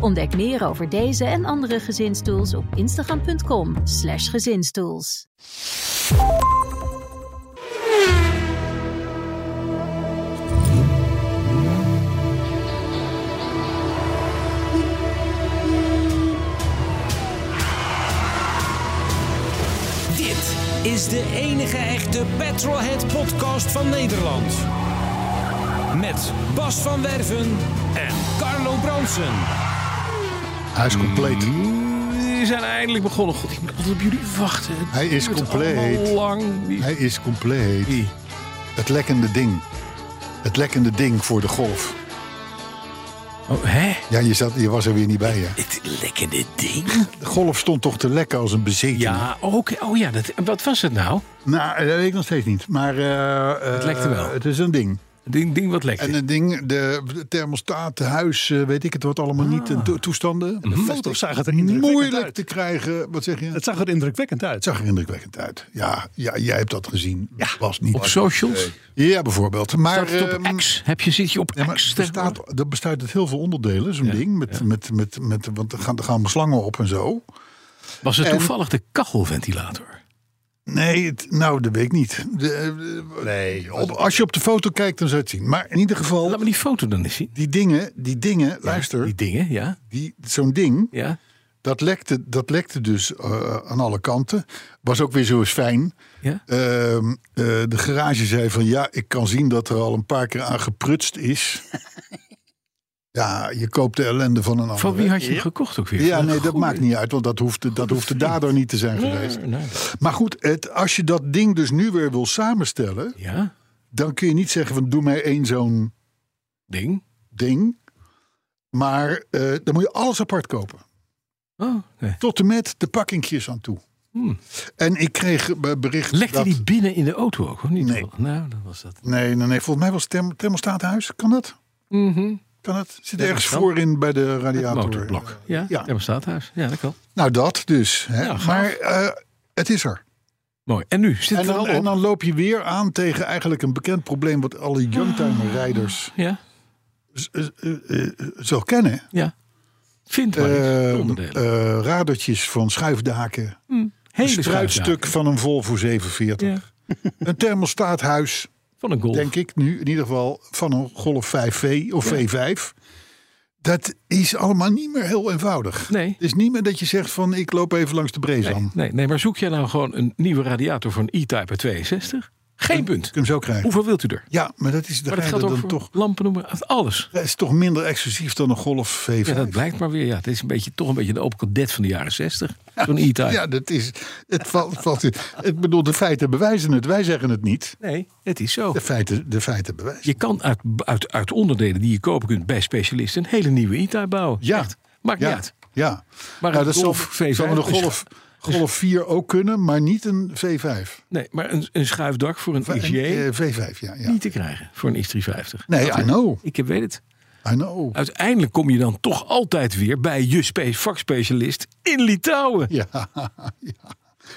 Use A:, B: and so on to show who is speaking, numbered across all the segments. A: Ontdek meer over deze en andere gezinstools op instagram.com/gezinstools.
B: Dit is de enige echte Petrolhead podcast van Nederland. Met Bas van Werven en Carlo Bronsen.
C: Hij is compleet.
D: Mm. Die zijn eindelijk begonnen. God, ik moet altijd op jullie wachten. Het
C: Hij is
D: duurt
C: compleet.
D: allemaal lang. Wie-
C: Hij is compleet.
D: wie?
C: Het lekkende ding. Het lekkende ding voor de golf.
D: Oh, hè?
C: Ja, je, zat, je was er weer niet bij, hè?
D: Het lekkende ding.
C: De golf stond toch te lekken als een bezetene?
D: Ja, oké. Oh ja, dat, wat was het nou?
C: Nou, dat weet ik nog steeds niet. Maar eh, eh,
D: Het lekte wel.
C: Het is een ding.
D: Ding, ding wat lekte.
C: En een ding, de thermostaat, huis, eh, weet ik het wat allemaal niet,
D: Ah.
C: de to- toestanden. Hm.
E: De foto's zagen het er indrukwekkend
C: Moeilijk
E: uit.
C: te krijgen, wat zeg je?
E: Het
C: Het
E: zag er indrukwekkend uit.
C: zag er indrukwekkend uit. Ja, ja jij hebt dat gezien. was niet.
D: op socials.
C: Ja, bijvoorbeeld. Maar,
D: Staat het op
C: ehm,
D: X? Heb je, zit je op
C: Ja, maar
D: X?
C: er bestaat, er bestaat uit heel veel onderdelen, zo'n ding. Met, met, met, met, want er gaan, er gaan slangen op en zo.
D: Was het
C: en-
D: toevallig de kachelventilator?
C: Nee, het- nou, dat weet ik niet. De- de-
E: Nee,
C: op- als je op de foto kijkt, dan zou je het zien. Maar in ieder geval,
D: Laat me die foto dan eens zien.
C: die dingen, die dingen, luister,
D: Die dingen, ja.
C: die, zo'n ding,
D: ja.
C: dat lekte, dat lekte dus eh, aan alle kanten. Was ook weer zo eens fijn.
D: ja.
C: Ehm, eh, de garage zei van ja, ik kan zien dat er al een paar keer aan geprutst is. ja, je koopt de ellende van een ander.
D: Van wie had je hem gekocht ook weer?
C: Ja,
D: Van een
C: nee, dat
D: goede-
C: maakt niet uit, want dat hoeft, de- dat hoeft de dader niet te zijn geweest.
D: Nee.
C: Maar goed, het, als je dat ding dus nu weer wil samenstellen,
D: Ja,
C: dan kun je niet zeggen van doe mij één zo'n
D: ding.
C: ding. Maar eh, dan moet je alles apart kopen.
D: Oh, nee.
C: Tot en met de pakkingjes aan toe.
D: Hmm.
C: En ik kreeg eh, bericht
D: Lekte
C: dat...
D: die binnen in de auto ook, of niet?
C: Nee.
D: Nou, dat was dat.
C: Nee, nee, nee, volgens mij was het therm thermostaathuis. Kan dat?
D: Mhm.
C: Kan dat? Zit
D: Ja,
C: ergens
D: dat kan.
C: voorin bij de radiator.
D: Motorblok. Ja,
C: ja.
D: ja. Thermostaathuis. Ja, dat kan.
C: Nou, dat dus. Hè.
D: Ja, gaaf.
C: maar eh, het is er.
D: Mooi. En nu? Zit
C: En
D: het er al
C: dan,
D: op?
C: en dan loop je weer aan tegen eigenlijk een bekend probleem wat alle youngtimer-rijders
D: Ja, Ah.
C: z- eh, eh, eh, zo kennen.
D: ja. Vind maar iets.
C: Eh,
D: onderdelen.
C: eh, radertjes van schuifdaken.
D: Hele
C: een
D: schuifdaken
C: struitstuk van een Volvo 47. Een thermostaathuis,
D: Van een golf.
C: denk ik nu in ieder geval, van een Golf 5V of V5. Dat is allemaal niet meer heel eenvoudig.
D: Nee.
C: Het is niet meer dat je zegt van ik loop even langs de Brezan.
D: Nee,
C: Kun
D: nee, nee, maar zoek jij nou gewoon een nieuwe radiator voor een e-type 62? Geen punt.
C: je hem zo krijgen.
D: Hoeveel wilt u er?
C: Ja, maar dat is,
D: Maar
C: dat
D: dat geldt ook
C: dan
D: voor
C: toch,
D: lampen, noem maar, alles.
C: dat is toch minder exclusief dan een Golf V5.
D: Ja, dat blijkt maar weer. Ja, het is een beetje, toch een beetje de open cadet van de jaren 60. Zo'n e-type.
C: Ja, dat is. Het valt, valt in. Ik bedoel, de feiten bewijzen het. Wij zeggen het niet.
D: Nee, het is zo.
C: De feiten, de feiten bewijzen.
D: Je kan uit, uit, uit onderdelen die je kopen kunt bij specialisten... een hele nieuwe e-type bouwen.
C: Ja.
D: Echt. Maakt
C: ja,
D: niet uit.
C: ja.
D: Maar
C: Nou,
D: een
C: dat zal,
D: Golf V5
C: zal een
D: is-
C: golf, golf 4 ook kunnen, maar niet een V5.
D: Nee, maar een, een schuifdak voor een
C: Een,
D: IJ
C: eh, V5, ja. ja.
D: niet te krijgen voor een X350.
C: Nee, I know.
D: Ik heb- weet het.
C: I
D: Eh.
C: know.
D: Uiteindelijk kom je dan toch altijd weer bij je spe- vakspecialist in Litouwen.
C: Ja, ja.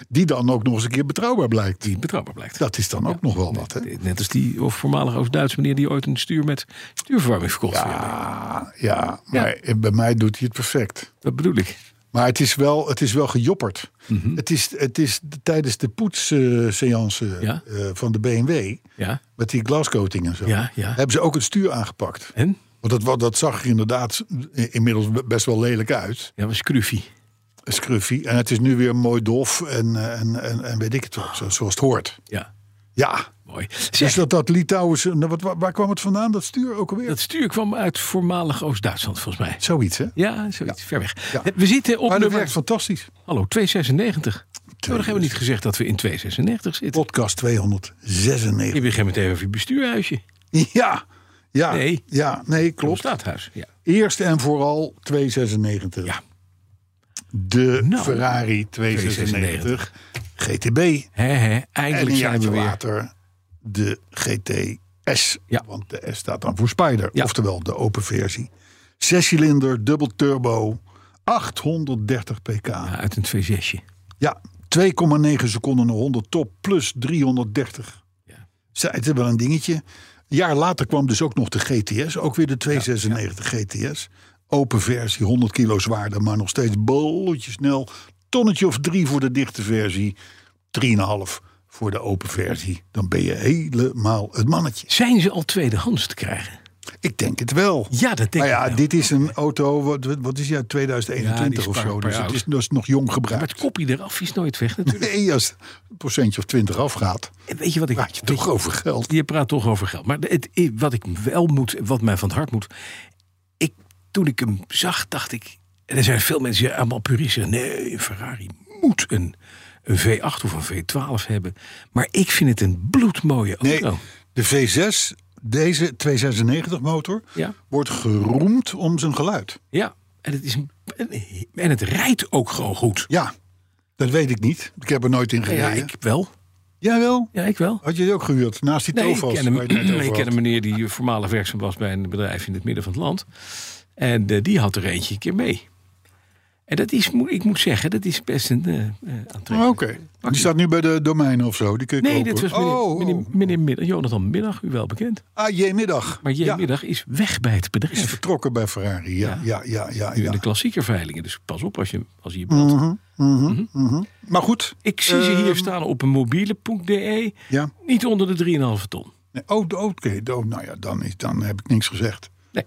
C: Die dan ook nog eens een keer betrouwbaar blijkt.
D: Die betrouwbaar blijkt.
C: Dat is dan ook nog wel wat, hè?
D: Net als die of voormalig Oost-Duitse meneer die ooit een stuur met stuurverwarming verkocht. Ja.
C: Ja, ja, maar bij mij doet hij het perfect.
D: Dat bedoel ik.
C: Maar het is wel, het is wel gejopperd.
D: Mhm.
C: Het is, het is de- tijdens de poetsseance eh,
D: Ja.
C: van de BMW,
D: Ja,
C: met die glascoating en zo,
D: Ja, ja.
C: hebben ze ook het stuur aangepakt.
D: en?
C: Want dat, wa- dat zag er inderdaad i- inmiddels be- best wel lelijk uit,
D: Ja, was Scruffy.
C: scruffy. En het is nu weer mooi dof en, eh, en, en, en weet ik het wel, zo- zoals het hoort.
D: Ja,
C: Ja,
D: mooi. Zeg,
C: dus dat,
D: dat...
C: dat Litouwense, nou, wat, waar, waar kwam het vandaan, dat stuur ook alweer?
D: stuur kwam uit voormalig Oost-Duitsland volgens mij.
C: Zoiets, hè?
D: Ja, zoiets. Ver weg.
C: Ja.
D: We zitten op
C: Maar dat
D: nummer...
C: werkt fantastisch.
D: Hallo, 296. Toen hebben we niet gezegd dat we in 296 zitten.
C: Podcast 296.
D: Je begint meteen even je bestuurhuisje.
C: Ja, ja,
D: Nee.
C: ja, nee,
D: Op
C: klopt.
D: Staathuis. Ja.
C: Eerst en vooral 296.
D: Ja.
C: de
D: Nou,
C: Ferrari 296 GTB.
D: Hè, hè,
C: En
D: eindelijk
C: een
D: zijn we
C: jaartje
D: weer.
C: later de GTS.
D: Ja.
C: Want de S staat dan voor Spider.
D: Ja.
C: Oftewel de open versie. Zescilinder, dubbel turbo, 830 pk.
D: Ja, uit een 2.6'je.
C: Ja, 2,9 seconden naar 100 top plus 330.
D: Ja.
C: Ze- Het is wel een dingetje. Een jaar later kwam dus ook nog de GTS. Ook weer de 296 GTS. Open versie, 100 kilo zwaarder, maar nog steeds bolletje snel. Tonnetje of drie voor de dichte versie. 3,5 voor de open versie. Dan ben je helemaal het mannetje.
D: Zijn ze al tweedehands te krijgen?
C: Ik denk het wel.
D: Ja, dat denk
C: maar
D: ik
C: Nou ja,
D: wel.
C: dit is een auto, wat, wat is die uit
D: Ja, die
C: 2021
D: is
C: of
D: een
C: zo.
D: paar-
C: Dus
D: paar
C: het
D: jaar
C: is, dat is nog jong
D: Maar het
C: gebruikt.
D: kopje eraf is nooit weg natuurlijk.
C: Nee, als het een procentje of 20 afgaat.
D: En Weet je wat ik...
C: praat je toch over geld.
D: Je praat toch over geld. Maar het, wat ik wel moet, wat mij van het hart moet. Ik, toen ik hem zag, dacht ik. En er zijn veel mensen die "Ah, allemaal puristen. Nee, een Ferrari moet een, een V8 of een V12 hebben. Maar ik vind het een bloedmooie auto.
C: Nee, de V6, deze 296 motor,
D: Ja.
C: wordt geroemd om zijn geluid.
D: Ja, en het, is een, een- en het rijdt ook gewoon goed.
C: Ja, dat weet ik niet. Ik heb er nooit in
D: Ja,
C: gereden.
D: ik wel.
C: Jawel,
D: Ja, ik wel.
C: had je die ook gehuurd? Naast die
D: Nee, ik
C: tofa's.
D: ken, hem,
C: waar je het net over
D: ik
C: had.
D: ken een meneer die voormalig werkzaam was bij een bedrijf in het midden van het land. En eh, die had er eentje een keer mee. En dat is, moet- ik moet zeggen, dat is best een eh eh, aantrekkelijk.
C: Oh, Oké, die staat nu bij de domeinen of zo. Die kun je
D: Nee,
C: kopen.
D: dit was meneer,
C: oh, oh.
D: meneer, meneer Middag, Jonathan Middag, u wel bekend.
C: AJ Middag.
D: Maar J.
C: ja,
D: Middag is weg bij het bedrijf.
C: is vertrokken bij Ferrari. Ja, ja, ja, ja.
D: Nu
C: ja.
D: in de klassiekerveilingen, dus pas op als je, als je je belt.
C: Maar goed.
D: Ik zie ze hier staan op een mobiele.de,
C: Ehm. Ja.
D: niet onder de 3,5 ton.
C: Nee, Oh, oké. oh, nou ja, dan, is, dan heb ik niks gezegd.
D: Nee,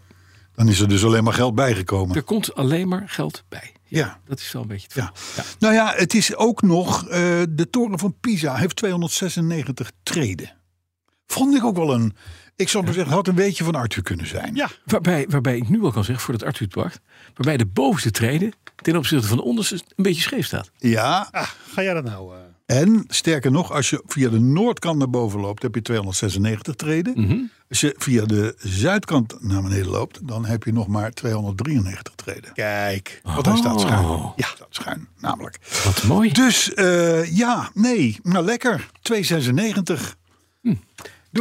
C: Dan is er dus alleen maar geld bijgekomen.
D: er komt alleen maar geld bij.
C: Ja.
D: Dat is wel een beetje het
C: Ja.
D: verhaal. Ja.
C: Nou ja, het is ook nog. eh, de Toren van Pisa heeft 296 treden. Vond ik ook wel een. Ik zou maar zeggen, had een beetje van Arthur kunnen zijn.
E: Ja.
D: Waarbij, waarbij ik nu al kan zeggen, voor dat Arthur Park, waarbij de bovenste treden ten opzichte van de onderste een beetje scheef staat.
C: ja.
E: Ah, ga jij dat nou? eh,
C: En sterker nog, als je via de noordkant naar boven loopt, heb je 296 treden.
E: Mhm.
C: Als je via de zuidkant naar beneden loopt, dan heb je nog maar 293 treden.
E: Kijk.
C: Want hij staat schuin.
D: Oh.
C: Ja, staat schuin, namelijk.
D: Wat mooi.
C: Dus eh, ja, nee, nou lekker. 296. Doe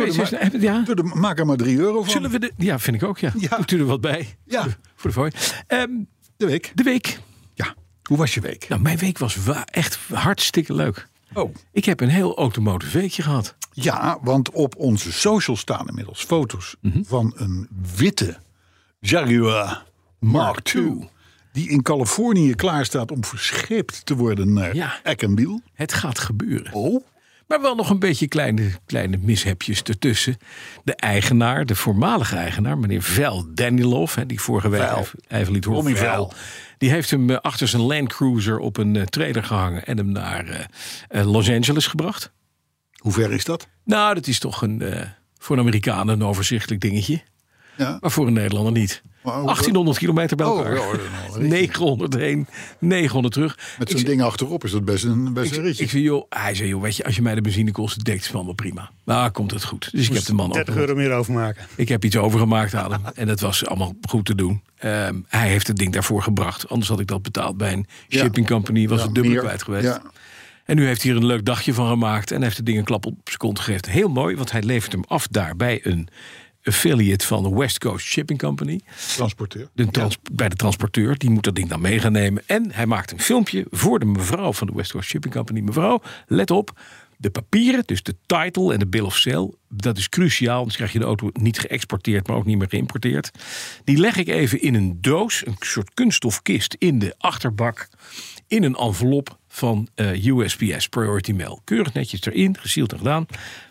C: er
D: Twee,
C: maar-
D: zes, eh, ja.
C: Doe er- maak er maar 3 euro van.
D: Zullen we de, ja, vind ik ook, ja.
C: Ja.
D: Doet u er wat bij?
C: Ja.
D: Voor de fooi. Ehm,
C: de week?
D: de week.
C: Ja. Hoe was je week?
D: Nou, mijn week was wa- echt hartstikke leuk.
C: Oh.
D: Ik heb een heel automotive weekje gehad.
C: Ja, want op onze socials staan inmiddels foto's
D: Mhm.
C: van een witte Jaguar Mark II. Die in Californië klaar staat om verschipt te worden naar
D: Ja.
C: Eckernwiel.
D: Het gaat gebeuren.
C: Oh.
D: Maar wel nog een beetje kleine, kleine mishepjes ertussen. De eigenaar, de voormalige eigenaar, meneer Vel Danilov, hè, die vorige week
C: Vel.
D: even- even liet horen.
C: Ronnie
D: Vel.
C: Vel.
D: Die heeft hem eh, achter zijn Land Cruiser op een eh, trailer gehangen en hem naar eh, eh, Los Angeles gebracht.
C: Hoe ver is dat?
D: Nou, dat is toch een, eh, voor een Amerikaan een overzichtelijk dingetje.
C: Ja.
D: Maar voor een Nederlander niet.
C: Maar hoe-
D: 1800 kilometer bij
C: Oh,
D: elkaar.
C: ja, hoor, dan wel.
D: 900 heen, 900 terug.
C: Met
D: Ik
C: zo'n ding achterop is dat best een, best een
D: ik
C: ritje.
D: zei, joh, hij zei, joh, weet je, als je mij de benzine kost, dekt het van wel prima. Nou, komt het goed. Dus ik heb de man
E: 30
D: ook.
E: euro meer overmaken.
D: Ik heb iets overgemaakt aan hem. En dat was allemaal goed te doen. Ehm, hij heeft het ding daarvoor gebracht. Anders had ik dat betaald bij een
C: Ja.
D: shipping company. Was het dubbel
C: meer.
D: kwijt geweest.
C: Ja.
D: En nu heeft hij er een leuk dagje van gemaakt. En heeft het ding een klap op zijn kont gegeven. Heel mooi, want hij levert hem af daar bij een affiliate van de West Coast Shipping Company.
C: Transporteur.
D: De trans- Bij de transporteur. Die moet dat ding dan mee gaan nemen. En hij maakt een filmpje voor de mevrouw van de West Coast Shipping Company. Mevrouw, let op. De papieren, dus de title en de bill of sale, dat is cruciaal. Anders krijg je de auto niet geëxporteerd, maar ook niet meer geïmporteerd. Die leg ik even in een doos, een soort kunststofkist, in de achterbak. In een envelop van eh, USPS, Priority Mail. Keurig netjes erin, gesield en gedaan.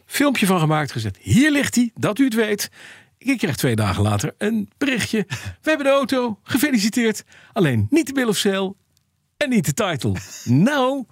D: Filmpje van gemaakt, gezet. Hier ligt hij, dat u het weet. Ik kreeg twee dagen later een berichtje. We hebben de auto, gefeliciteerd. Alleen niet de bill of sale en niet de title. Nou,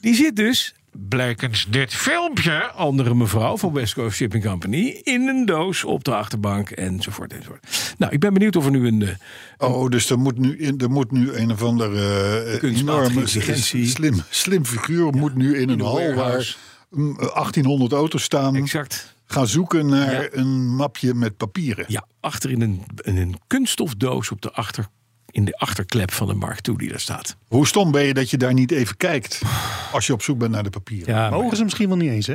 D: die zit dus, blijkens dit filmpje, andere mevrouw van West Coast Shipping Company, in een doos op de achterbank enzovoort. enzovoort. Nou, ik ben benieuwd of er nu een. eh,
C: Oh, dus er moet nu, er moet nu een of andere eh,
D: Kunstmatige
C: enorme
D: intelligentie.
C: slim, slim figuur moet nu in een hal waar
D: warehouse.
C: mm, 1800 auto's staan.
D: Exact.
C: Gaan zoeken naar
D: Ja.
C: een mapje met papieren.
D: Ja, achter in een, in een kunststofdoos op de achter. in de achterklep van de Mark II die daar staat.
C: Hoe stom ben je dat je daar niet even kijkt als je op zoek bent naar de papieren?
D: Ja, maar
E: Mogen ze misschien wel niet eens, hè?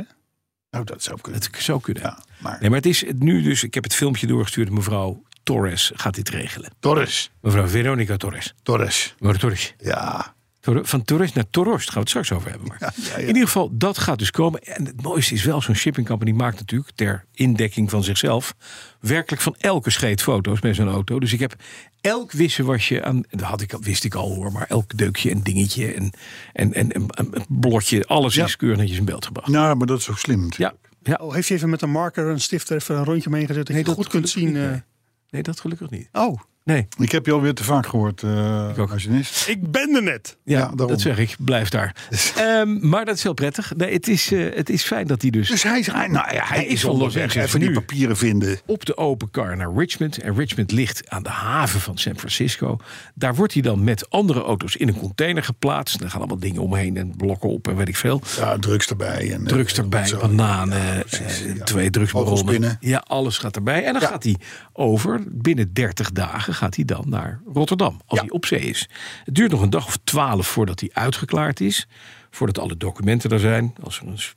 C: Nou, dat zou kunnen.
D: het zou kunnen.
C: Ja, maar
D: Nee, maar het is het nu dus, ik heb het filmpje doorgestuurd, mevrouw Torres gaat dit regelen.
C: Torres,
D: Mevrouw Veronica Torres.
C: Torres,
D: Mevrouw Torres.
C: ja.
D: Tor- Van Torres naar Torres, daar gaan we het straks over hebben. Maar.
C: ja,
D: In
C: ja.
D: ieder geval, dat gaat dus komen. En het mooiste is wel, zo'n shipping company maakt natuurlijk ter indekking van zichzelf werkelijk van elke scheet foto's met zo'n auto. Dus ik heb elk wisselwasje aan, dat had ik, al- wist ik al hoor, maar elk deukje en dingetje en, en, en, en, en blotje, alles
C: Ja.
D: is keurig netjes in beeld gebracht.
C: Nou, maar dat is ook slim. natuurlijk.
D: Ja, ja.
E: Oh, heeft je even met een marker, een stifter, even een rondje meegezet? Dat je goed kunt zien.
D: Nee, dat gelukkig niet.
E: eh, oh,
D: Nee,
C: Ik heb je alweer te vaak gehoord, eh
D: ook.
C: machinist.
E: ik ben er net.
D: ja,
C: Ja, daarom.
D: dat zeg ik, blijf daar. Ehm, maar dat is heel prettig. Nee, het, is, eh, het is fijn dat hij dus
C: Dus hij, is- hij, nou, ja, hij,
D: Hij is
C: is
D: al
C: onderweg.
D: onderweg,
C: Even die
D: nu.
C: papieren vinden.
D: op de open car naar Richmond. En Richmond ligt aan de haven van San Francisco. Daar wordt hij dan met andere auto's in een container geplaatst. Daar gaan allemaal dingen omheen en blokken op en weet ik veel.
C: Ja, drugs erbij. En, eh,
D: Drugs erbij,
C: zo.
D: bananen,
C: precies,
D: eh,
C: ja.
D: twee drugsbronnen.
C: Vogelspinnen.
D: Ja, alles gaat erbij. En dan gaat hij over, binnen 30 dagen gaat hij dan naar Rotterdam. Als hij op zee is. Het duurt nog een dag of twaalf voordat hij uitgeklaard is. Voordat alle documenten er zijn. Als er een s-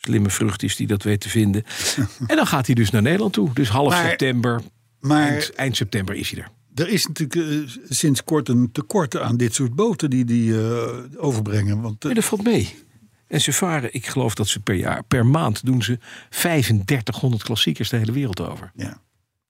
D: slimme vrucht is die dat weet te vinden. en dan gaat hij dus naar Nederland toe. Dus half
C: Maar-
D: september,
C: Maar
D: eind, eind september is hij er.
C: er is natuurlijk eh, sinds kort een tekort aan dit soort boten die die eh, overbrengen. Want eh,
D: En dat valt mee. En ze varen, ik geloof dat ze per jaar, per maand doen ze 3500 klassiekers de hele wereld over.
C: ja.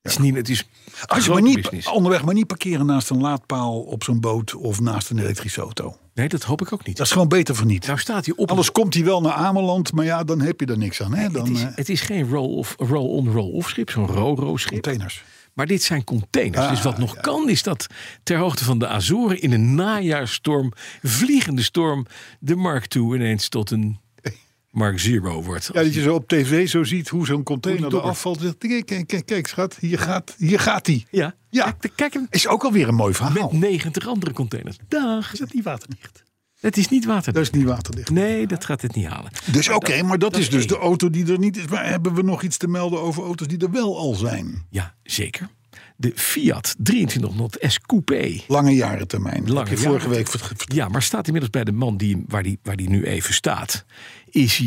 D: Het is niet, het is
C: als je
D: grote
C: maar niet, Oh.
D: business.
C: onderweg maar niet parkeren naast een laadpaal op zo'n boot of naast een elektrische auto.
D: Nee, dat hoop ik ook niet.
C: Dat is gewoon beter van niet.
D: Nou staat hij op. een-
C: Anders komt hij wel naar Ameland, maar ja, dan heb je er niks aan. Hè? Dan,
D: het, is,
C: eh,
D: het is geen roll-off- roll-on, roll-off schip, zo'n ro-ro schip.
C: containers.
D: Maar dit zijn containers.
C: Ah,
D: dus wat nog kan, is dat ter hoogte van de Azoren in een najaarsstorm, vliegende storm, de Mark II ineens tot een Mark Zero wordt.
C: Ja, dat je zo op tv zo ziet hoe zo'n
D: Hoe
C: container
D: die
C: eraf
D: dobber.
C: afvalt. Zegt, Kijk, kijk, kijk, kijk, schat, hier gaat, hier gaat die.
D: ja.
C: Ja. Nou.
D: Kijk, kijk hem.
C: Is ook alweer een mooi verhaal.
D: 90 andere containers. Dag.
E: Is dat niet waterdicht?
D: Het is niet
C: Dat
D: waterdicht.
C: is niet waterdicht.
D: Nee, dat gaat het niet halen.
C: Dus oké, maar dat,
D: dat
C: is dus
D: is
C: de
D: één.
C: auto die er niet is. Maar hebben we nog iets te melden over auto's die er wel al zijn?
D: Ja, zeker. De Fiat 2300 S Coupé.
C: Lange jaren termijn. Heb
D: Lange
C: je
D: jaren
C: vorige week vert- vert-
D: Ja, maar staat inmiddels bij de man die, waar, die, waar die nu even staat. Is hij,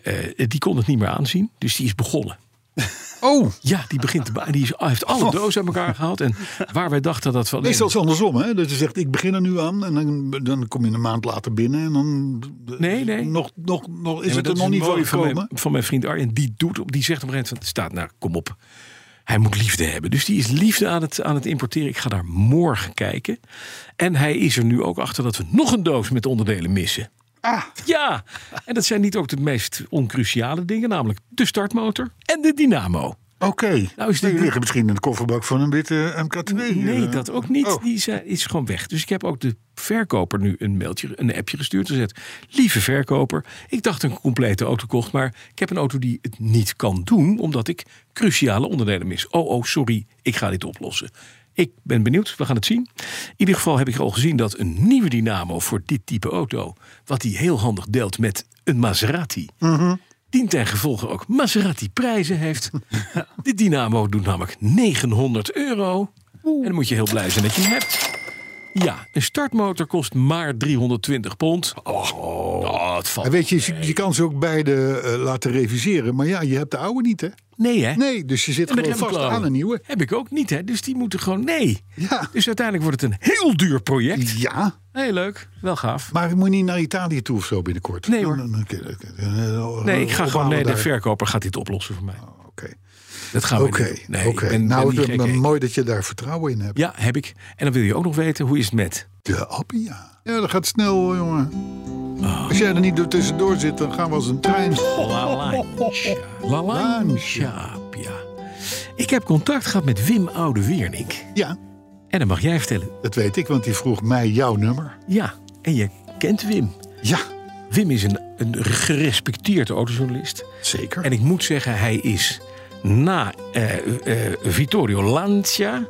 D: eh, eh, die kon het niet meer aanzien, dus die is begonnen.
C: Oh,
D: Ja, die, begint te ba- die is, hij heeft alle dozen aan elkaar gehaald. En waar wij dachten dat we alleen-
C: meestal is het andersom. Hè? Dat je zegt, ik begin er nu aan. En dan, dan kom je een maand later binnen. En dan eh,
D: Nee, nee.
C: Nog, nog, nog, is
D: Nee, maar
C: het
D: dat
C: er nog niet
D: mooi
C: van
D: van mijn,
C: gekomen?
D: van mijn vriend Arjen. Die, doet, op- die zegt op een gegeven moment: van, het staat, nou, kom op. Hij moet liefde hebben. Dus die is liefde aan het, aan het importeren. Ik ga daar morgen kijken. En hij is er nu ook achter dat we nog een doos met onderdelen missen.
C: Ah,
D: Ja, en dat zijn niet ook de meest oncruciale dingen, namelijk de startmotor en de dynamo.
C: oké.
D: Nou is
C: die
D: die-
C: liggen misschien in de kofferbak van een witte MK2.
D: Nee,
C: eh.
D: dat ook niet.
C: Oh.
D: Die zijn- is gewoon weg. Dus ik heb ook de verkoper nu een mailtje, een appje gestuurd. en zegt, lieve verkoper, ik dacht een complete auto kocht, maar ik heb een auto die het niet kan doen, omdat ik cruciale onderdelen mis. Oh, oh, sorry, ik ga dit oplossen. Ik ben benieuwd, we gaan het zien. In ieder geval heb ik al gezien dat een nieuwe dynamo voor dit type auto, wat die heel handig deelt met een Maserati, dien ten gevolge ook Maserati prijzen heeft. De Dynamo doet namelijk 900 euro. En dan moet je heel blij zijn dat je hem hebt. Ja, een startmotor kost maar 320 pond. Oh, dat
C: En
D: valt.
C: weet je, je, je kan ze ook beide eh, laten reviseren. Maar ja, je hebt de oude niet, hè?
D: Nee, hè?
C: Nee, dus je zit
D: En de
C: gewoon vast
D: remklauw.
C: aan een nieuwe.
D: Heb ik ook niet, hè? Dus die moeten gewoon nee.
C: Ja.
D: Dus uiteindelijk wordt het een heel duur project.
C: Ja,
D: Heel leuk, wel gaaf.
C: maar je moet niet naar Italië toe of zo binnenkort.
D: Nee, hoor.
C: Dan- dan- dan- dan- dan- dan-
D: Nee, ik ga
C: ophalen
D: gewoon. Nee, de
C: daar.
D: verkoper gaat dit oplossen voor mij.
C: Oké,
D: Dat gaan we niet
C: oké,
D: doen. Nou, Nee, ik
C: oké.
D: ben, ben
C: Nou,
D: niet
C: het is
D: gek, hè.
C: mooi dat je daar vertrouwen in hebt.
D: Ja, heb ik. En dan wil je ook nog weten hoe is het met.
C: De Appia. Ja, dat gaat snel, hoor, jongen.
D: Oh.
C: Als jij er niet door tussendoor zit, dan gaan we als een trein.
D: La Lancia. ja. Ik heb contact gehad met Wim Oude Wiernink.
C: Ja,
D: En dan mag jij vertellen.
C: dat weet ik, want die vroeg mij jouw nummer.
D: Ja, en je kent Wim.
C: Ja,
D: Wim is een, een gerespecteerd autojournalist.
C: zeker.
D: En ik moet zeggen, hij is na eh, eh, Vittorio Lancia...